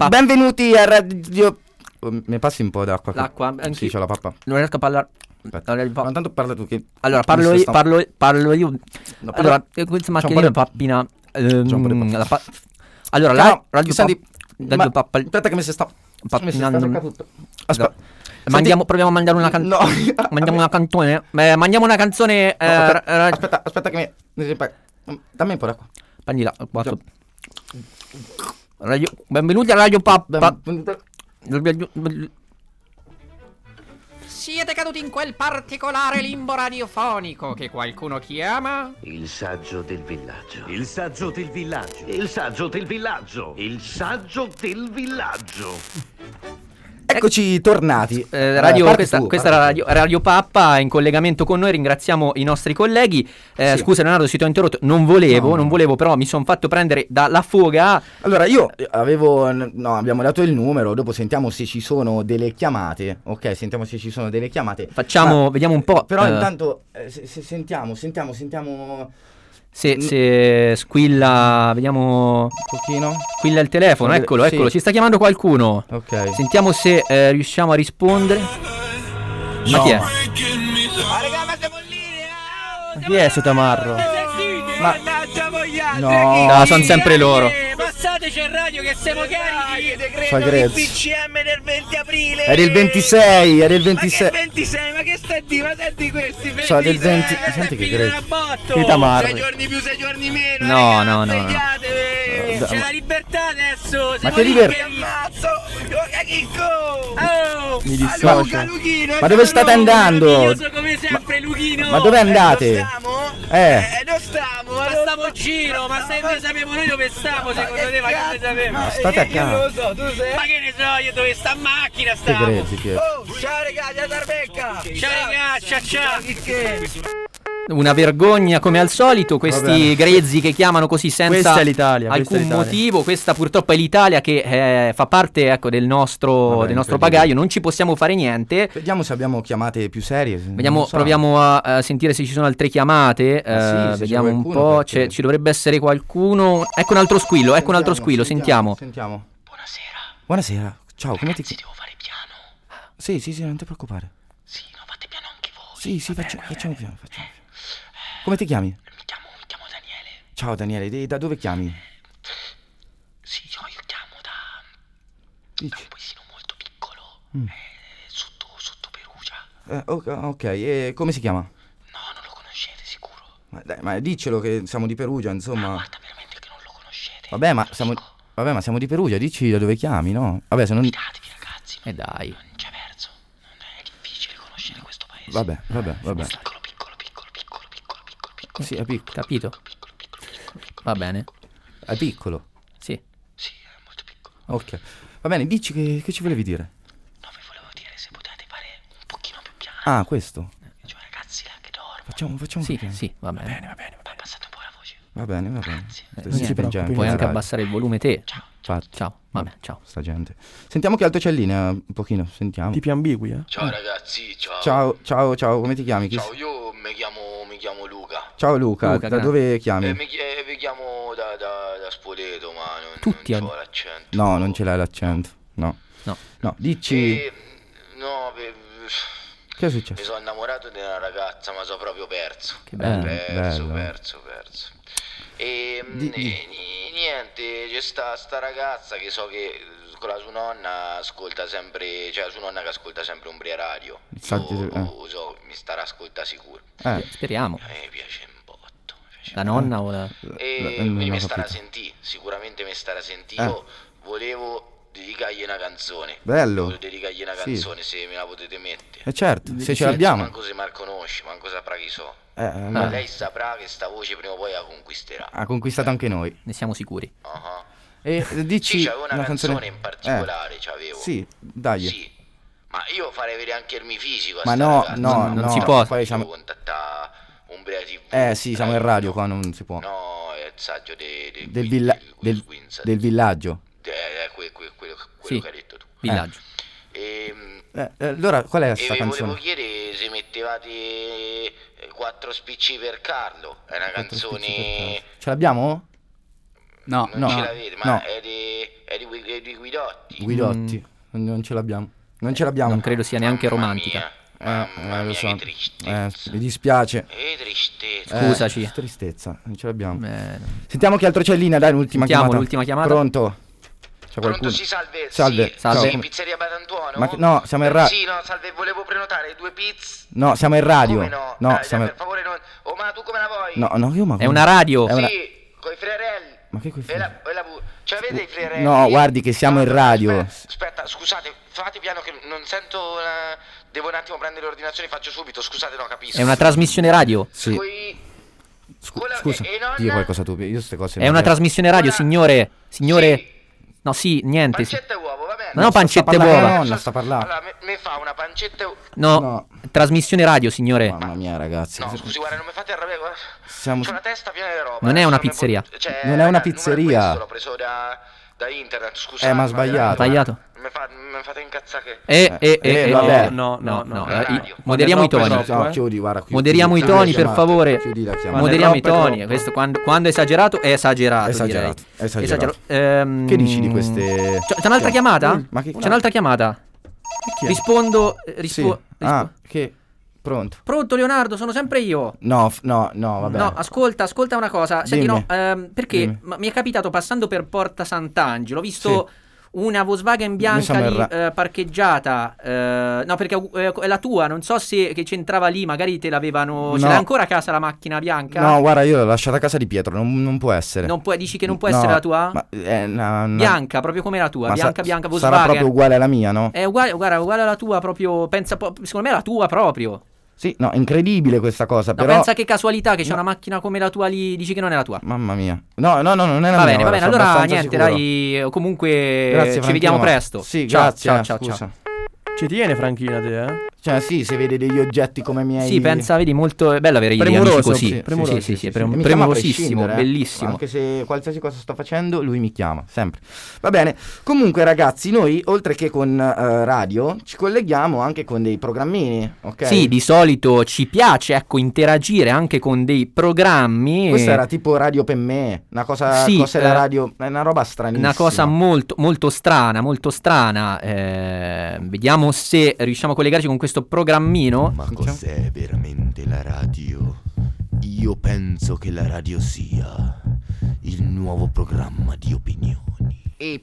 S4: Benvenuti a Radio m- mi passi un po' d'acqua. che-
S5: L'acqua? Anch'io.
S4: Sì, c'ho la pappa.
S5: Non riesco a parlare.
S4: Ma intanto parla tu che...
S5: Allora, parlo
S4: mi
S5: io.
S4: sta-
S5: Parlo, parlo io.
S4: No, parla-
S5: allora, eh, questa
S4: C'è un
S5: mattina
S4: po'
S5: la
S4: di-
S5: pappina.
S4: C'è un po' di
S5: ehm,
S4: pappa.
S5: la pa- allora,
S4: Che
S5: la
S4: no,
S5: radio
S4: Senti,
S5: pap- radio
S4: ma-
S5: pappa-
S4: Aspetta che mi si sta... Mi si sta
S5: Pappinando-
S4: seccato.
S5: Aspetta. Mandiamo, proviamo a mandare una canzone. mandiamo una canzone. Beh, mandiamo una canzone. eh,
S4: aspetta,
S5: ra-
S4: aspetta, aspetta che mi... mi si- Dammi un po' d'acqua.
S5: Prendila,
S4: eh,
S5: quattro. Radio- Benvenuti a Radio Pappa.
S12: Siete caduti in quel particolare limbo radiofonico che qualcuno chiama?
S13: Il saggio del villaggio. Il saggio del villaggio. Il saggio del villaggio. Il saggio del villaggio.
S4: Eccoci tornati.
S5: Eh, radio-
S4: parti
S5: questa
S4: tu,
S5: questa
S4: parti
S5: era
S4: tu.
S5: radio, Radio Pappa in collegamento con noi, ringraziamo i nostri colleghi. Eh,
S4: Sì.
S5: Scusa Leonardo se ti ho interrotto, non volevo, non volevo, però mi sono fatto prendere dalla foga.
S4: Allora, io avevo. No, abbiamo dato il numero. Dopo sentiamo se ci sono delle chiamate. Ok, sentiamo se ci sono delle chiamate.
S5: Facciamo,
S4: Ma-
S5: vediamo un po'.
S4: Però
S5: eh,
S4: intanto eh, se- se- sentiamo, sentiamo, sentiamo.
S5: se, se squilla, vediamo...
S4: Un pochino.
S5: Squilla il telefono,
S4: Sì.
S5: eccolo, eccolo, ci sta chiamando qualcuno.
S4: Ok.
S5: Sentiamo se eh, riusciamo a rispondere. Ma
S6: No.
S5: chi è?
S6: Chi è Sotamarro?
S4: Ma...
S6: No.
S5: No, sono
S6: Eh,
S5: sempre loro.
S7: Eh, Passateci il radio che siamo carichi!
S4: Fai grezzo.
S7: PCM del 20 aprile!
S4: Era il 26, era il 26.
S7: Ma che 26, ma che stai di? Ma senti questi? eh,
S4: Cioè, del 20.
S7: 26,
S4: Senti che
S7: Era
S4: grezzo.
S7: botto!
S4: Che tamarri.
S7: 6 giorni più, 6 giorni meno!
S5: No,
S7: raga,
S5: no, no, no.
S7: svegliatevi.
S5: Eh,
S7: C'è
S5: ma-
S7: la libertà adesso!
S4: che liber-
S7: Ammazzo! Oh,
S4: Mi
S7: Luca,
S4: dissocio.
S7: Luchino,
S4: Ma dove
S7: è
S4: state
S7: tornato,
S4: andando?
S7: meraviglioso Come sempre, Luchino!
S4: Ma dove andate? Eh.
S7: Eh, non stiamo, ma stiamo in giro, ma se noi sapevo noi dove stiamo, secondo te, ma che ne sapevo?
S4: Ma state a
S7: Io non lo
S4: casa.
S7: so, tu sei? Ma che ne so, io dove sta macchina
S4: Che
S7: stiamo?
S4: grezzi che.
S7: Oh, ciao ragazzi, la tarbecca! Ciao ragazzi, ciao ciao!
S5: Una vergogna come al solito, questi
S6: bene.
S5: grezzi che chiamano così senza
S6: Questa è l'Italia, questa
S5: alcun
S6: è l'Italia.
S5: motivo. Questa purtroppo è l'Italia che eh, fa parte ecco, del nostro,
S4: Vabbè,
S5: del nostro
S4: incredibile.
S5: bagaglio, non ci possiamo fare niente.
S4: Vediamo se abbiamo chiamate più serie. se-
S5: Vediamo-
S4: eh, non so.
S5: Proviamo a, eh, sentire se ci sono altre chiamate.
S4: sì,
S5: eh,
S4: se c'è
S5: vediamo un
S4: qualcuno,
S5: po'.
S4: perché-
S5: c'è- ci dovrebbe essere qualcuno. Ecco un altro squillo, ecco un altro squillo, sentiamo.
S4: Sentiamo. Buonasera. Buonasera. Ciao, come ti devo fare piano. Sì, sì, sì, non ti preoccupare. Sì, no, fate piano anche voi. Sì, sì, faccia- facciamo piano, facciamo piano. Come ti chiami? Mi chiamo, Daniele. Ciao Daniele, di- da dove chiami?
S7: Sì, io, io chiamo da, da un paesino molto piccolo,
S4: Mm.
S7: eh, sotto, sotto Perugia.
S4: Eh, ok, ok, e come si chiama?
S7: No, non lo conoscete sicuro. Ah,
S4: Ma, dai, ma diccelo che siamo di Perugia, insomma. Ma guarda, veramente che non lo conoscete. Vabbè, ma siamo Vabbè, ma siamo di Perugia, dici da dove chiami, no? Vabbè, se non Eh,
S5: E dai.
S4: Vabbè, vabbè, vabbè. Piccolo, piccolo, piccolo, piccolo, piccolo, piccolo. Sì, è piccolo.
S5: Capito? Va bene.
S4: È piccolo.
S5: Sì.
S4: Ok. Va bene, dici che, che ci volevi dire? No, vi volevo dire se potete fare un pochino più piano. Ah, questo.
S14: Cioè, eh,
S4: Facciamo, facciamo
S5: Sì,
S4: più piano.
S5: sì, va bene.
S4: Va bene, va bene.
S5: Eh,
S4: Stai
S5: niente,
S4: spingendo,
S5: puoi anche
S4: dai.
S5: abbassare il volume te. Ciao.
S4: Infatti.
S5: Ciao. Vabbè, ciao.
S4: Sta gente. Sentiamo che altro c'è in linea, un pochino, sentiamo.
S6: Tipi ambigui, eh?
S14: Ciao ragazzi, ciao.
S4: Ciao, ciao, ciao, come ti chiami? Chi-
S14: Ciao, io mi chiamo, mi chiamo Luca.
S4: Ciao Luca,
S14: Luca,
S4: da
S14: grazie.
S4: dove chiami?
S14: Eh, mi, chi- eh, vi chiamo da, da, da Spoleto, ma non,
S4: Tutti
S14: non
S4: hanno-
S14: ho l'accento.
S4: No, non ce l'hai l'accento. No.
S5: No.
S4: dici
S14: Eh, no, ve-
S4: che è
S14: mi
S4: successo?
S14: sono innamorato di una ragazza, ma sono proprio perso.
S4: Che bello.
S14: Perso,
S4: Bello.
S14: perso, perso. E mh,
S4: Di- di-
S14: e ni- niente, c'è sta, sta ragazza che so che eh, con la sua nonna ascolta sempre, cioè la sua nonna che ascolta sempre Umbria Radio.
S4: Infatti, eh.
S14: Lo so, mi starà ascolta sicuro.
S4: Eh.
S5: Speriamo.
S14: A me piace un po'.
S5: La nonna o la...
S4: Eh,
S14: E
S5: non
S14: quindi
S5: ho
S14: Eh, mi starà a
S5: capito.
S14: sentì, sicuramente mi starà a sentì.
S5: Eh.
S14: Io volevo dedicargli una canzone.
S4: Bello.
S14: Volevo dedicargli una
S4: Sì.
S14: canzone se me la potete mettere.
S4: Eh certo, se ce
S14: Sì,
S4: l'abbiamo.
S14: Manco se mal conosci, manco saprà chi so.
S4: Eh,
S14: Ma
S4: ma-
S14: Ah, lei saprà che sta voce prima o poi la conquisterà.
S4: Ha conquistato anche noi.
S5: Ne siamo sicuri.
S14: Ah.
S4: E eh, dici
S14: Sì, c'avevo una
S4: canzone...
S14: canzone in particolare,
S4: Eh.
S14: c'avevo.
S4: Sì, dai.
S14: Sì. Ma io farei vedere anche il mio fisico. a
S4: Ma
S14: sta
S4: no,
S14: ragazza.
S4: no,
S5: Non- non
S4: no,
S5: si può.
S4: Poi siamo...
S14: contatta Umbria TV.
S4: Eh sì, siamo in radio qua, non si può.
S14: No, è il saggio de- de-
S4: Del, villa- del- del villaggio.
S14: de- eh, que- que- quello, quello
S4: Sì.
S14: che hai detto tu.
S4: Villaggio.
S14: Ehm,
S4: Eh, eh, allora, qual è
S14: e
S4: questa
S14: vi volevo
S4: canzone?
S14: chiedere se mettevate eh, quattro spicci per Carlo. È una canzone.
S4: Ce l'abbiamo?
S9: No,
S14: non
S4: no,
S14: ce l'avete, ma
S4: no.
S14: è, di, è di Gui- è di Guidotti. Eh,
S4: Guidotti. Mm. Non, non ce l'abbiamo. Non ce l'abbiamo.
S5: Non credo sia neanche romantica.
S4: Eh, eh, lo so. Eh, mi dispiace.
S5: tristezza.
S4: Eh,
S5: Scusaci.
S4: tristezza, non ce l'abbiamo. Sentiamo che altro c'è in linea, dai, un'ultima
S5: Sentiamo
S4: chiamata.
S5: l'ultima chiamata.
S4: Pronto? C'è qualcuno?
S14: Sì, salve.
S4: Salve.
S14: Sì,
S4: Salve.
S14: sì, pizzeria Badantuono.
S4: Ma che- no, siamo in ra-
S14: Sì, no, salve, volevo prenotare due pizze.
S4: No, siamo in radio.
S14: Come no?
S4: No,
S14: Dai, dai,
S4: siamo in-
S14: per favore, non... Oh, ma tu come la vuoi?
S4: No, no, io ma
S5: È una radio.
S4: È una-
S14: Sì, coi frerelli.
S4: Ma che coi
S14: E la, e la vu- Cioè, avete i frerelli?
S4: No, guardi che siamo in radio.
S14: Aspetta, scusate, fate piano che non sento... la- Devo un attimo prendere l'ordinazione, faccio subito, scusate, no, capisco.
S5: È una trasmissione radio.
S4: Sì. Scu- scusa, Dio qualcosa tu, io queste cose
S5: È
S4: non
S5: una
S4: le-
S5: trasmissione radio, signore. Signore. No, sì, niente. Pancette
S14: e uova, va bene.
S5: No, no, pancette e
S4: parlando
S5: uova.
S4: mia nonna, sta parlando.
S14: Allora, me, me fa una pancetta... e-
S5: No, trasmissione radio, signore. Mamma
S4: mia, ragazzi.
S14: No, scusi, guarda, non mi fate arrabbiare, guarda.
S5: Siamo-
S14: C'ho la testa piena di roba.
S5: Non è
S14: eh,
S5: una
S14: mi po-
S5: pizzeria.
S14: Cioè,
S4: Non è una
S14: raga, il numero
S4: pizzeria.
S14: questo l'ho preso da, da internet, scusate.
S4: Eh, ma ha
S14: veramente,
S4: sbagliato.
S5: Sbagliato.
S14: Mi, fa- mi fate incazzare che...
S5: Eh, eh, eh, eh,
S4: vabbè.
S5: no, no, no, no,
S4: Eh,
S5: eh, moderiamo i toni.
S4: No, chiudi, guarda, eh. chiudi.
S5: moderiamo i
S4: Chiudi
S5: toni,
S4: la
S5: per
S4: chiamata.
S5: favore.
S4: Chiudi la chiamata.
S5: Moderiamo i
S4: Troppo,
S5: toni.
S4: troppo.
S5: Questo quando, quando è esagerato, è esagerato.
S4: Esagerato,
S5: direi.
S4: esagerato.
S5: Ehm,
S4: Che dici di queste-
S5: C'è, c'è un'altra
S4: Cioè-
S5: chiamata?
S4: Ma che-
S5: C'è un'altra chiamata.
S4: chi è?
S5: Rispondo. eh,
S4: Sì.
S5: rispo-
S4: Ah, che pronto.
S5: Pronto, Leonardo, sono sempre io.
S4: No, f- no, no, vabbè.
S5: No, ascolta, ascolta una cosa. Senti,
S4: Dimmi.
S5: no, ehm, perché
S4: Dimmi.
S5: ma- mi è capitato passando per Porta Sant'Angelo, ho visto una Volkswagen bianca
S4: siamo
S5: lì
S4: in
S5: eh, parcheggiata. eh, no, perché eh, è la tua, non so se che c'entrava lì, magari te l'avevano. Ce
S4: No.
S5: l'ha ancora a casa la macchina bianca?
S4: No, guarda, io l'ho lasciata a casa di Pietro, non, non può essere.
S5: Non puoi- dici che non può
S4: No,
S5: essere la tua?
S4: Ma è una- una-
S5: Bianca, proprio come la tua,
S4: ma sa-
S5: bianca, bianca, Volkswagen. Eh.
S4: Sarà proprio uguale alla mia, no?
S5: È uguale, guarda, uguale alla tua, proprio. Pensa, po- secondo me è la tua proprio.
S4: Sì, no, è incredibile questa cosa,
S5: No,
S4: però...
S5: pensa che casualità che c'è una macchina come la tua lì, dici che non è la tua.
S4: Mamma mia. No, no, no, non è la
S5: va
S4: mia.
S5: bene, va
S4: guarda,
S5: bene.
S4: sono
S5: Allora,
S4: abbastanza
S5: niente,
S4: sicuro.
S5: dai. eh, Comunque,
S4: Grazie,
S5: ci
S4: Franchino.
S5: vediamo presto.
S4: Sì,
S5: ciao,
S4: grazie,
S5: Ciao,
S4: eh,
S5: ciao,
S4: scusa.
S5: ciao.
S6: Ci tiene Franchina te, eh?
S4: Cioè, sì, se vede degli oggetti come miei...
S5: Sì, pensa, vedi, molto è bello avere gli amici
S4: Premuroso,
S5: così.
S4: sì, premuroso,
S5: sì, sì, sì, è
S4: E
S5: prem-
S4: mi chiama a
S5: premurosissimo,
S4: prescindere, eh.
S5: bellissimo.
S4: Anche se qualsiasi cosa sto facendo, lui mi chiama, sempre. Va bene. Comunque, ragazzi, noi oltre che con eh, radio, ci colleghiamo anche con dei programmini, ok?
S5: Sì, di solito ci piace, ecco, interagire anche con dei programmi.
S4: Questa era tipo radio per me, una cosa,
S5: Sì,
S4: cosa della
S5: eh,
S4: radio, è una roba stranissima.
S5: Una cosa molto, molto strana, molto strana. eh, vediamo se riusciamo a collegarci con questo programmino.
S15: Ma cos'è veramente la radio? Io penso che la radio sia il nuovo programma di opinioni.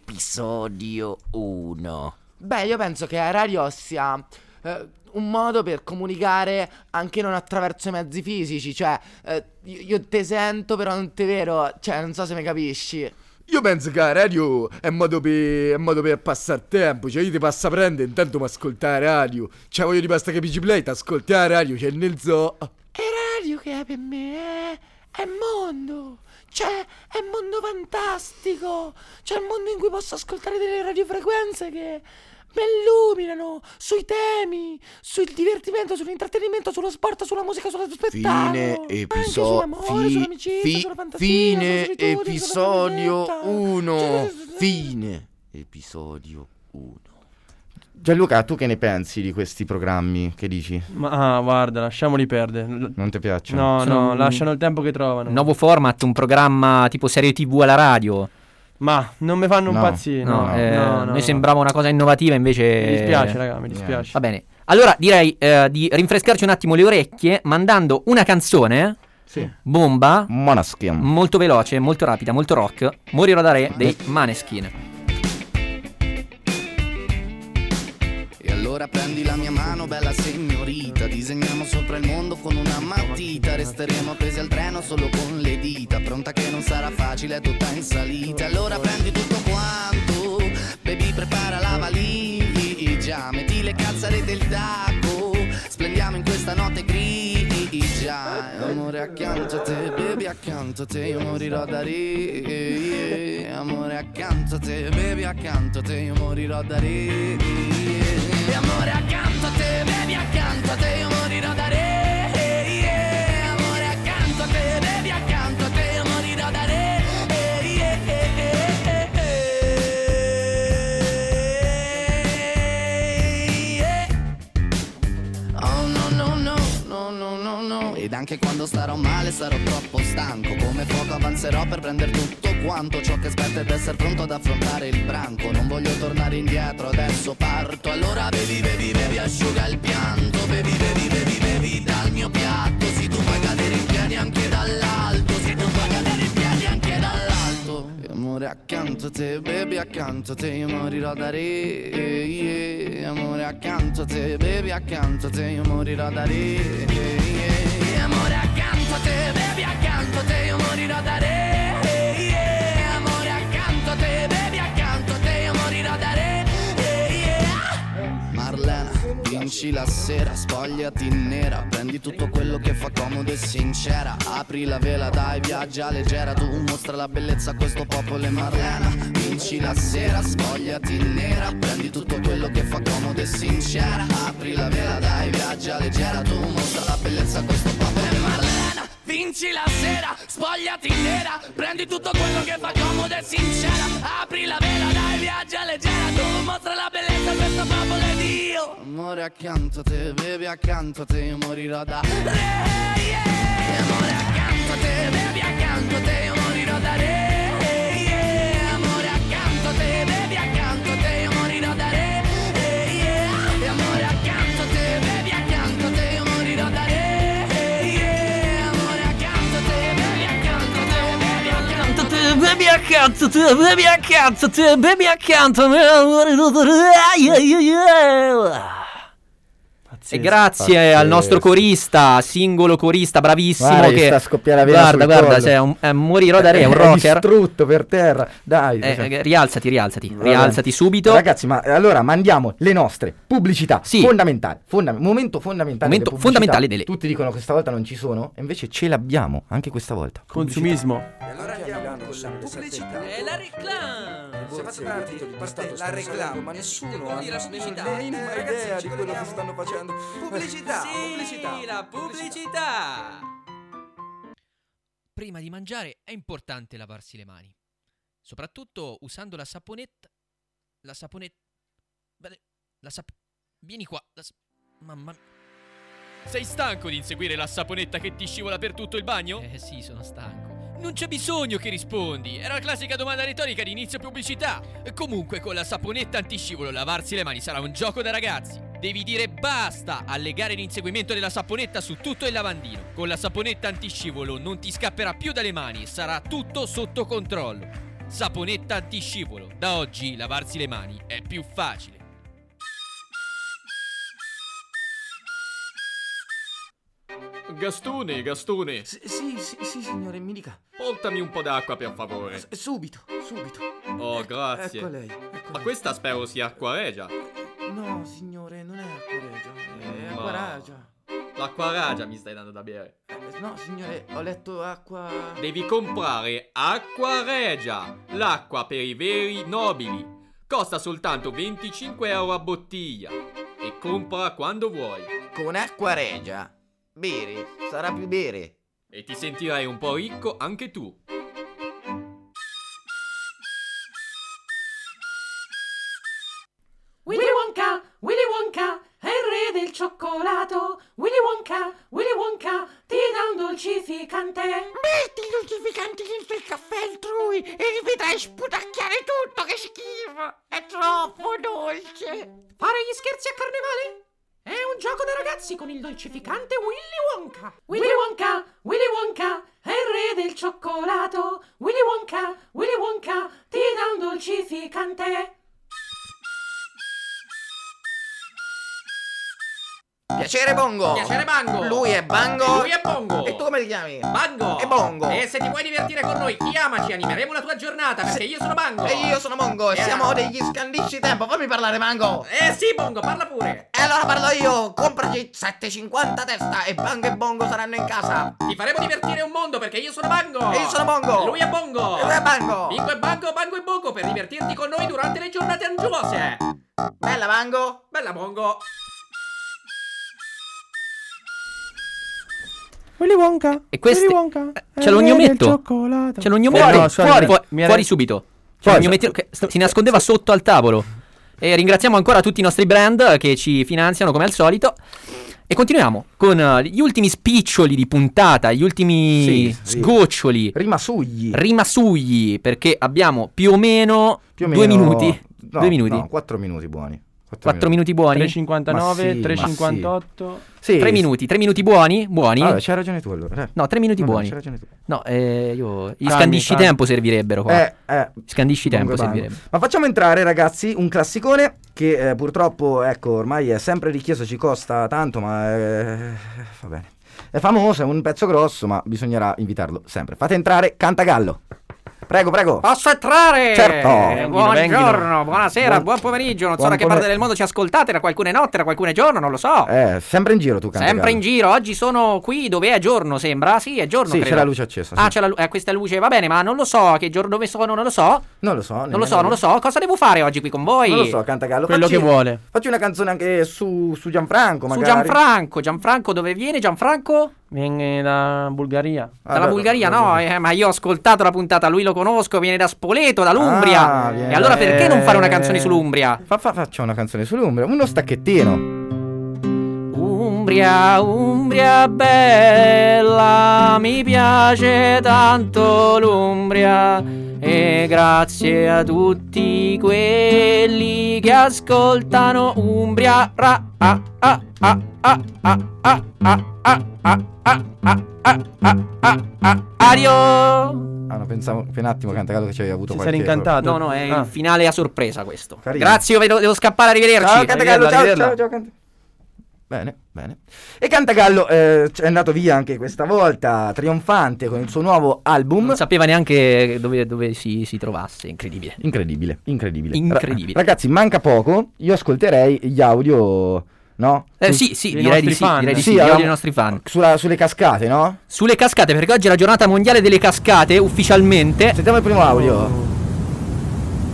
S16: Episodio 1. Beh, io penso che la radio sia eh, un modo per comunicare anche non attraverso i mezzi fisici, cioè eh, io, io te sento però non te vero, cioè non so se mi capisci.
S17: Io penso che la radio è un modo per, è un modo per passare tempo, cioè io ti passo a prendere intanto mi ascoltare la radio, cioè voglio di basta che PG Play ti ascolti la radio, c'è nel zoo.
S16: radio che è per me è, è mondo. Cioè, è un mondo fantastico. C'è il mondo in cui posso ascoltare delle radiofrequenze che mi illuminano sui temi, sul divertimento, sull'intrattenimento, sullo sport, sulla musica, sullo spettacolo.
S15: Fine
S16: sull'amore,
S15: episodio.
S16: sull'amicizia, sulla fantasia, sulla
S15: Fine
S16: solitudine, sulla Cioè,
S15: episodio
S16: vendetta.
S15: 1. Fine episodio 1.
S4: Gianluca, tu che ne pensi di questi programmi? Che dici?
S6: Ma ah, guarda, lasciamoli perdere. L-
S4: Non ti piacciono?
S6: No,
S5: Sono
S6: no,
S5: un-
S6: lasciano il tempo che trovano.
S5: Nuovo format, un programma tipo serie TV alla radio.
S6: Ma non mi fanno impazzire. No, no,
S5: eh,
S6: no,
S5: a
S6: no,
S5: me sembrava una cosa innovativa, invece.
S6: Mi dispiace, raga, mi dispiace.
S5: Va bene. Allora direi eh, di rinfrescarci un attimo le orecchie mandando una canzone. Bomba.
S4: Monaschia.
S5: Molto veloce, molto rapida, molto rock. Morirò da re dei Maneskin.
S18: E allora prendi la mia mano, bella signorita. Disegniamo sopra il mondo con una matita. Resteremo presi al treno solo con le dita. Pronta che non sarà facile, è tutta in salita. Allora prendi tutto quanto. Baby, prepara la valigia. Metti le calzarete e il tacco. Splendiamo in questa notte grigia. E Amore accanto a te, baby accanto a te. Io morirò da re. E Amore accanto a te, baby accanto a te. Io morirò da re.
S7: E amore accanto a te, bevi accanto a te, io morirò da re. eh, eh. Amore accanto a te, bevi accanto a te, io morirò da re. eh, eh, eh, eh, eh, eh.
S18: Oh no no no no no no no Ed anche quando starò male sarò troppo stanco Come fuoco avanzerò per prendere tutto quanto Ciò che aspetta ed essere pronto ad affrontare il branco Non voglio tornare indietro, adesso parto Allora bevi, bevi, bevi, asciuga il pianto Bevi, bevi, bevi, bevi dal mio piatto Se tu puoi cadere in piedi anche dall'alto Se tu puoi cadere in piedi anche dall'alto E Amore accanto a te, bevi accanto a te Io morirò da re yeah. Amore accanto a te, bevi accanto a te Io morirò da re yeah. Amore accanto a te, bevi accanto a te Io morirò da re yeah. Amore accanto a te, bevi accanto a te Io morirò da re eh. yeah. Marlena, vinci la sera, spogliati nera Prendi tutto quello che fa comodo e sincera Apri la vela, dai, viaggia leggera Tu mostra la bellezza a questo popolo e Marlena Vinci la sera, spogliati nera Prendi tutto quello che fa comodo e sincera Apri la vela, dai, viaggia leggera Tu mostra la bellezza a questo popolo e Marlena Vinci la sera, spogliati nera Prendi tutto quello che fa comodo e sincera Apri la vela, dai, viaggia leggera Tu mostra la bellezza a questo popolo ed io Amore accanto a te, bevi accanto a te Io morirò da re, yeah. Amore accanto a te, bevi accanto a te Io morirò da re, yeah. Amore accanto a te, bevi accanto a te Io morirò da re, yeah. E Amore accanto a te, bevi accanto a te Io morirò da re, yeah. Amore accanto a te, bevi accanto a te Bevi accanto a te
S19: Bevi accanto a te, bevi accanto a te, bevi accanto a me, amore, non te- ai, ai, ai, ai.
S5: E grazie
S19: pazzesco.
S5: al nostro corista, singolo corista, bravissimo.
S4: Guarda, gli
S5: che
S4: sta a scoppiare la vena
S5: Guarda,
S4: sul
S5: guarda,
S4: collo.
S5: cioè, è un- è un morirò da re, è un
S4: È
S5: rocker.
S4: distrutto per terra. Dai,
S5: Eh,
S4: cioè-
S5: eh, rialzati, rialzati,
S4: Vabbè.
S5: rialzati subito.
S4: Ragazzi, ma allora mandiamo le nostre pubblicità.
S5: Sì.
S4: Fondamentale. fonda- momento fondamentale.
S5: Momento
S4: delle pubblicità.
S5: fondamentale delle-
S4: Tutti dicono che questa volta non ci sono. E invece ce l'abbiamo anche questa volta.
S6: Consumismo.
S7: pubblicità. E la reclame. Se fate parte la reclame, ma nessuno ha la pubblicità.
S10: minima idea di quello che stanno facendo. Pubblicità, pubblicità.
S7: la pubblicità.
S20: Prima di mangiare è importante lavarsi le mani, soprattutto usando la saponetta. La saponetta. La sap. Vieni qua. la s- Mamma.
S21: Sei stanco di inseguire la saponetta che ti scivola per tutto il bagno? Eh sì, sono stanco. Non c'è bisogno che rispondi. Era la classica domanda retorica di inizio pubblicità. Comunque, con la saponetta antiscivolo lavarsi le mani sarà un gioco da ragazzi. Devi dire basta allegare l'inseguimento della saponetta su tutto il lavandino. Con la saponetta antiscivolo non ti scapperà più dalle mani e sarà tutto sotto controllo. Saponetta antiscivolo. Da oggi lavarsi le mani è più facile.
S22: Gastone, Gastone. Sì,
S10: Sì, sì, sì, signore, mi dica.
S22: Portami un po' d'acqua per favore.
S10: Subito, subito.
S22: Oh, grazie.
S10: Ecco lei.
S22: Ma questa spero sia acqua regia.
S10: No, signore, non è acquaregia. Eh, È
S22: Ma-
S10: acquaragia.
S22: L'acqua ragia mi stai dando da bere.
S10: No, signore, ho letto acqua.
S22: Devi comprare acqua regia, l'acqua per i veri nobili. Costa soltanto 25 euro a bottiglia. E compra quando vuoi.
S10: Con acqua regia. Bere, sarà più bere.
S22: E ti sentirai un po' ricco anche tu.
S23: Willy Wonka, Willy Wonka, è il re del cioccolato. Willy Wonka, Willy Wonka, ti dà un dolcificante. Metti il dolcificante dentro il caffè altrui e vedrai sputacchiare tutto, che schifo. È troppo dolce. Fare gli scherzi a carnevale? È un gioco da ragazzi con il dolcificante Willy Wonka. Willy Wonka, Willy Wonka, è il re del cioccolato. Willy Wonka, Willy Wonka, ti dà un dolcificante.
S10: Piacere Bongo.
S7: Piacere Bango.
S10: Lui è Bango.
S7: Lui è Bongo.
S10: E tu come li chiami?
S7: Bango.
S10: E Bongo. Esatto.
S7: E se ti vuoi divertire con noi, chiamaci, animeremo la tua giornata, perché io sono Bango.
S10: E io sono Mongo e
S7: Eh,
S10: siamo
S7: allora.
S10: degli scandisci tempo. Fammi parlare, Mango.
S7: Eh sì, Bongo, parla pure.
S10: E allora parlo io. Compraci 7,50 a testa e Bango e Bongo saranno in casa.
S7: Ti faremo divertire un mondo perché io sono Bango.
S10: E io sono Bongo.
S7: Lui è Bongo.
S10: E lui è Bango.
S7: Bingo e Bango, Bango e Bongo per divertirti con noi durante le giornate angiose.
S10: Bella Bango.
S7: Bella Bongo.
S6: Willy Wonka.
S5: E queste- Eh,
S6: Willy Wonka.
S5: C'è lo gnometto. C'è lo
S6: Eh,
S5: gnometto. Fuori, fuori, fuori, fuori subito. Cioè, C'è lo gnomettino che st- si nascondeva sotto eh, al tavolo. E ringraziamo ancora tutti i nostri brand che ci finanziano come al solito. E continuiamo con eh, gli ultimi spiccioli di puntata, gli ultimi
S4: Sì, sì.
S5: sgoccioli.
S4: Rimasugli.
S5: Rimasugli, perché abbiamo più o meno,
S4: Più o
S5: due
S4: meno-
S5: minuti.
S4: No,
S5: due minuti.
S4: No, 4 minuti buoni.
S5: Quattro minuti buoni.
S6: 3,59,
S4: Ma sì, ma
S6: 3,58.
S4: Sì.
S5: Tre minuti, tre minuti buoni, buoni.
S4: Allora, c'hai ragione tu allora. dai.
S5: No, tre minuti
S4: No, no,
S5: buoni.
S4: c'hai ragione tu.
S5: No, eh, io... Gli
S4: Calmi,
S5: scandisci
S4: calmi.
S5: tempo servirebbero qua.
S4: Ah, Eh, eh.
S5: Scandisci tempo
S4: Bongo e
S5: servirebbe.
S4: Bango. Ma facciamo entrare, ragazzi, un classicone che eh, purtroppo, ecco, ormai è sempre richiesto, ci costa tanto, ma eh, va bene. È famoso, è un pezzo grosso, ma bisognerà invitarlo sempre. Fate entrare Cantagallo. Prego, prego.
S12: Posso entrare?
S4: Certo.
S12: Eh, Buongiorno,
S4: Venghino, venghino.
S12: buonasera,
S4: Buon-
S12: buon, pomeriggio. Non so
S4: buon
S12: da che
S4: pomer-
S12: parte del mondo ci ascoltate, da qualcune notte, da qualcune giorno, non lo so.
S4: Eh, sempre in giro tu, Cantagallo.
S12: Sempre in giro, oggi sono qui dove è giorno, sembra. Sì, è giorno.
S4: Sì,
S12: credo.
S4: c'è la luce accesa. sì.
S12: Ah, c'è la lu- eh, questa luce, va bene, ma non lo so che giorno dove sono, non lo so.
S4: Non lo so.
S12: Non lo
S4: nemmeno
S12: so, non
S4: io.
S12: lo so. Cosa devo fare oggi qui con voi?
S4: Non lo so, Cantagallo. facci- Facci una canzone anche su, su Gianfranco,
S12: Su
S4: magari.
S12: Gianfranco, Gianfranco dove viene Gianfranco?
S5: Eh,
S6: Viene da eh, Bulgaria.
S12: Dalla Bulgaria, no, eh, ma io ho ascoltato la puntata, lui lo conosco, viene da Spoleto, dall'Umbria.
S4: Ah, viene
S12: e allora
S4: da-
S12: perché non fare una
S4: eh.
S12: canzone sull'Umbria?
S4: Fa- fa- faccio una canzone sull'Umbria, uno stacchettino.
S12: Umbria, Umbria bella, mi piace tanto l'Umbria e grazie a tutti quelli che ascoltano Umbria ra a a a a a a a a a a a a a a a adio
S4: Ah, no, pensavo per un attimo Cantagallo che ci avevi avuto
S6: Ci
S4: qualche...
S6: sei rincantato?
S12: No, no, è
S6: Ah.
S12: il finale a sorpresa questo.
S4: Carino.
S12: Grazie, io vedo- devo scappare, arrivederci.
S4: Ciao Cantagallo, ciao,
S12: Arrivederla.
S4: ciao, ciao, Cant- Bene, bene. E Cantagallo eh, c- è andato via anche questa volta, trionfante, con il suo nuovo album.
S5: Non sapeva neanche dove, dove si, si trovasse, incredibile.
S4: Incredibile, incredibile.
S5: Incredibile.
S4: Ra- ragazzi, manca poco, io ascolterei gli audio, no?
S5: Eh,
S4: Su-
S5: sì, sì, direi di sì, direi di sì,
S4: Sì,
S5: direi
S4: avevamo-
S5: dei nostri fan.
S4: sulla- sulle cascate, no?
S5: Sulle cascate, perché oggi è la giornata mondiale delle cascate, ufficialmente.
S4: Sentiamo il primo audio.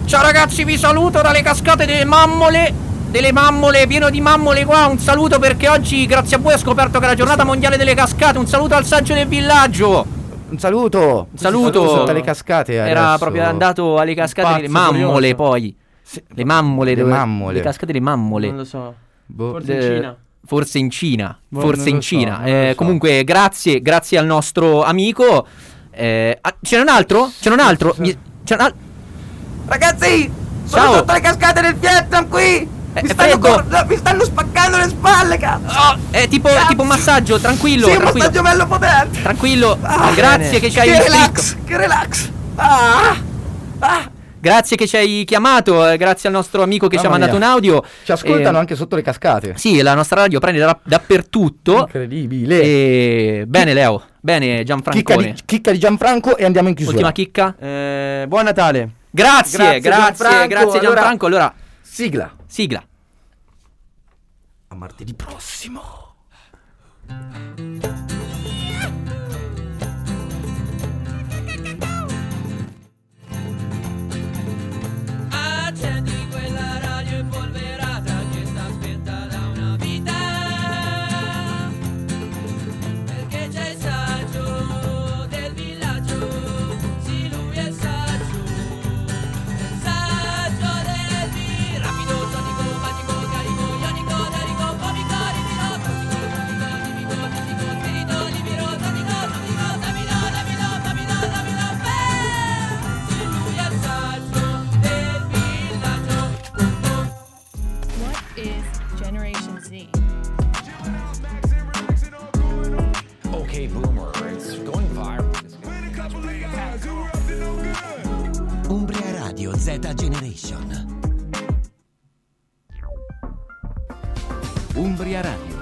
S12: Ciao ragazzi, vi saluto dalle cascate delle mammole. Delle mammole, pieno di mammole qua. Un saluto perché oggi, grazie a voi, ho scoperto che è la giornata mondiale delle cascate. Un saluto al saggio del villaggio.
S4: Un saluto. Un
S5: saluto.
S4: Sotto le cascate eh,
S5: Era
S4: adesso.
S5: proprio andato alle cascate
S4: Pazzo
S5: delle
S4: curioso.
S5: mammole, poi. Le mammole,
S4: le
S5: dove-
S4: mammole.
S5: Le cascate delle mammole.
S6: Non lo so.
S4: Boh.
S6: Forse in
S5: Eh,
S6: Cina.
S5: Forse in Cina,
S6: Boh,
S5: forse
S6: non
S5: in
S6: lo so,
S5: Cina.
S6: non lo
S5: Eh,
S6: so.
S5: Comunque, grazie, grazie al nostro amico. Eh, ah, c'è un altro? C'è un altro? Mi- c'è un al-
S10: Ragazzi, sono
S5: Ciao. Eh,
S10: sotto le cascate del Vietnam qui! Mi stanno,
S5: freddo.
S10: cor- mi stanno spaccando le spalle, cazzo!
S5: è Oh, eh, tipo, è tipo un massaggio, tranquillo.
S10: sì, un
S5: tranquillo.
S10: massaggio bello potente!
S5: Tranquillo,
S10: Ah,
S5: grazie
S10: bene.
S5: che ci hai
S10: Che
S5: iscritto.
S10: relax, che relax! Ah!
S5: Grazie che ci hai chiamato, eh, grazie al nostro amico che ci ha
S4: Mamma
S5: mandato
S4: mia.
S5: un audio.
S4: Ci ascoltano
S5: Eh,
S4: anche sotto le cascate.
S5: Sì, la nostra radio prende da- dappertutto.
S4: Incredibile.
S5: E... Bene, Leo. Bene,
S4: Chicca
S5: Gianfrancone.
S4: di, chicca di Gianfranco e andiamo in chiusura.
S5: Ultima chicca.
S6: Eh, buon Natale.
S5: Grazie, grazie, grazie,
S4: Gianfranco. Allora,
S5: Gianfranco. Allora,
S4: sigla.
S5: sigla.
S4: A martedì prossimo.
S7: Accendi quella radio impolverata che sta spenta da una vita. Perché c'è il saggio del villaggio, sì lui è il saggio. È il saggio del villaggio. Rapido, tonico, patico, carico, ionico, darico, comico, ritiro, tossico, tonico, tipico, tisico, spirito, libero, tonico, tonico, davido, davido, davido, davido, beh! Sì lui è il saggio del villaggio.
S1: What is Generation Z?
S3: Okay, boomer, it's going viral.
S8: Umbria Radio Z Generation. Umbria Radio.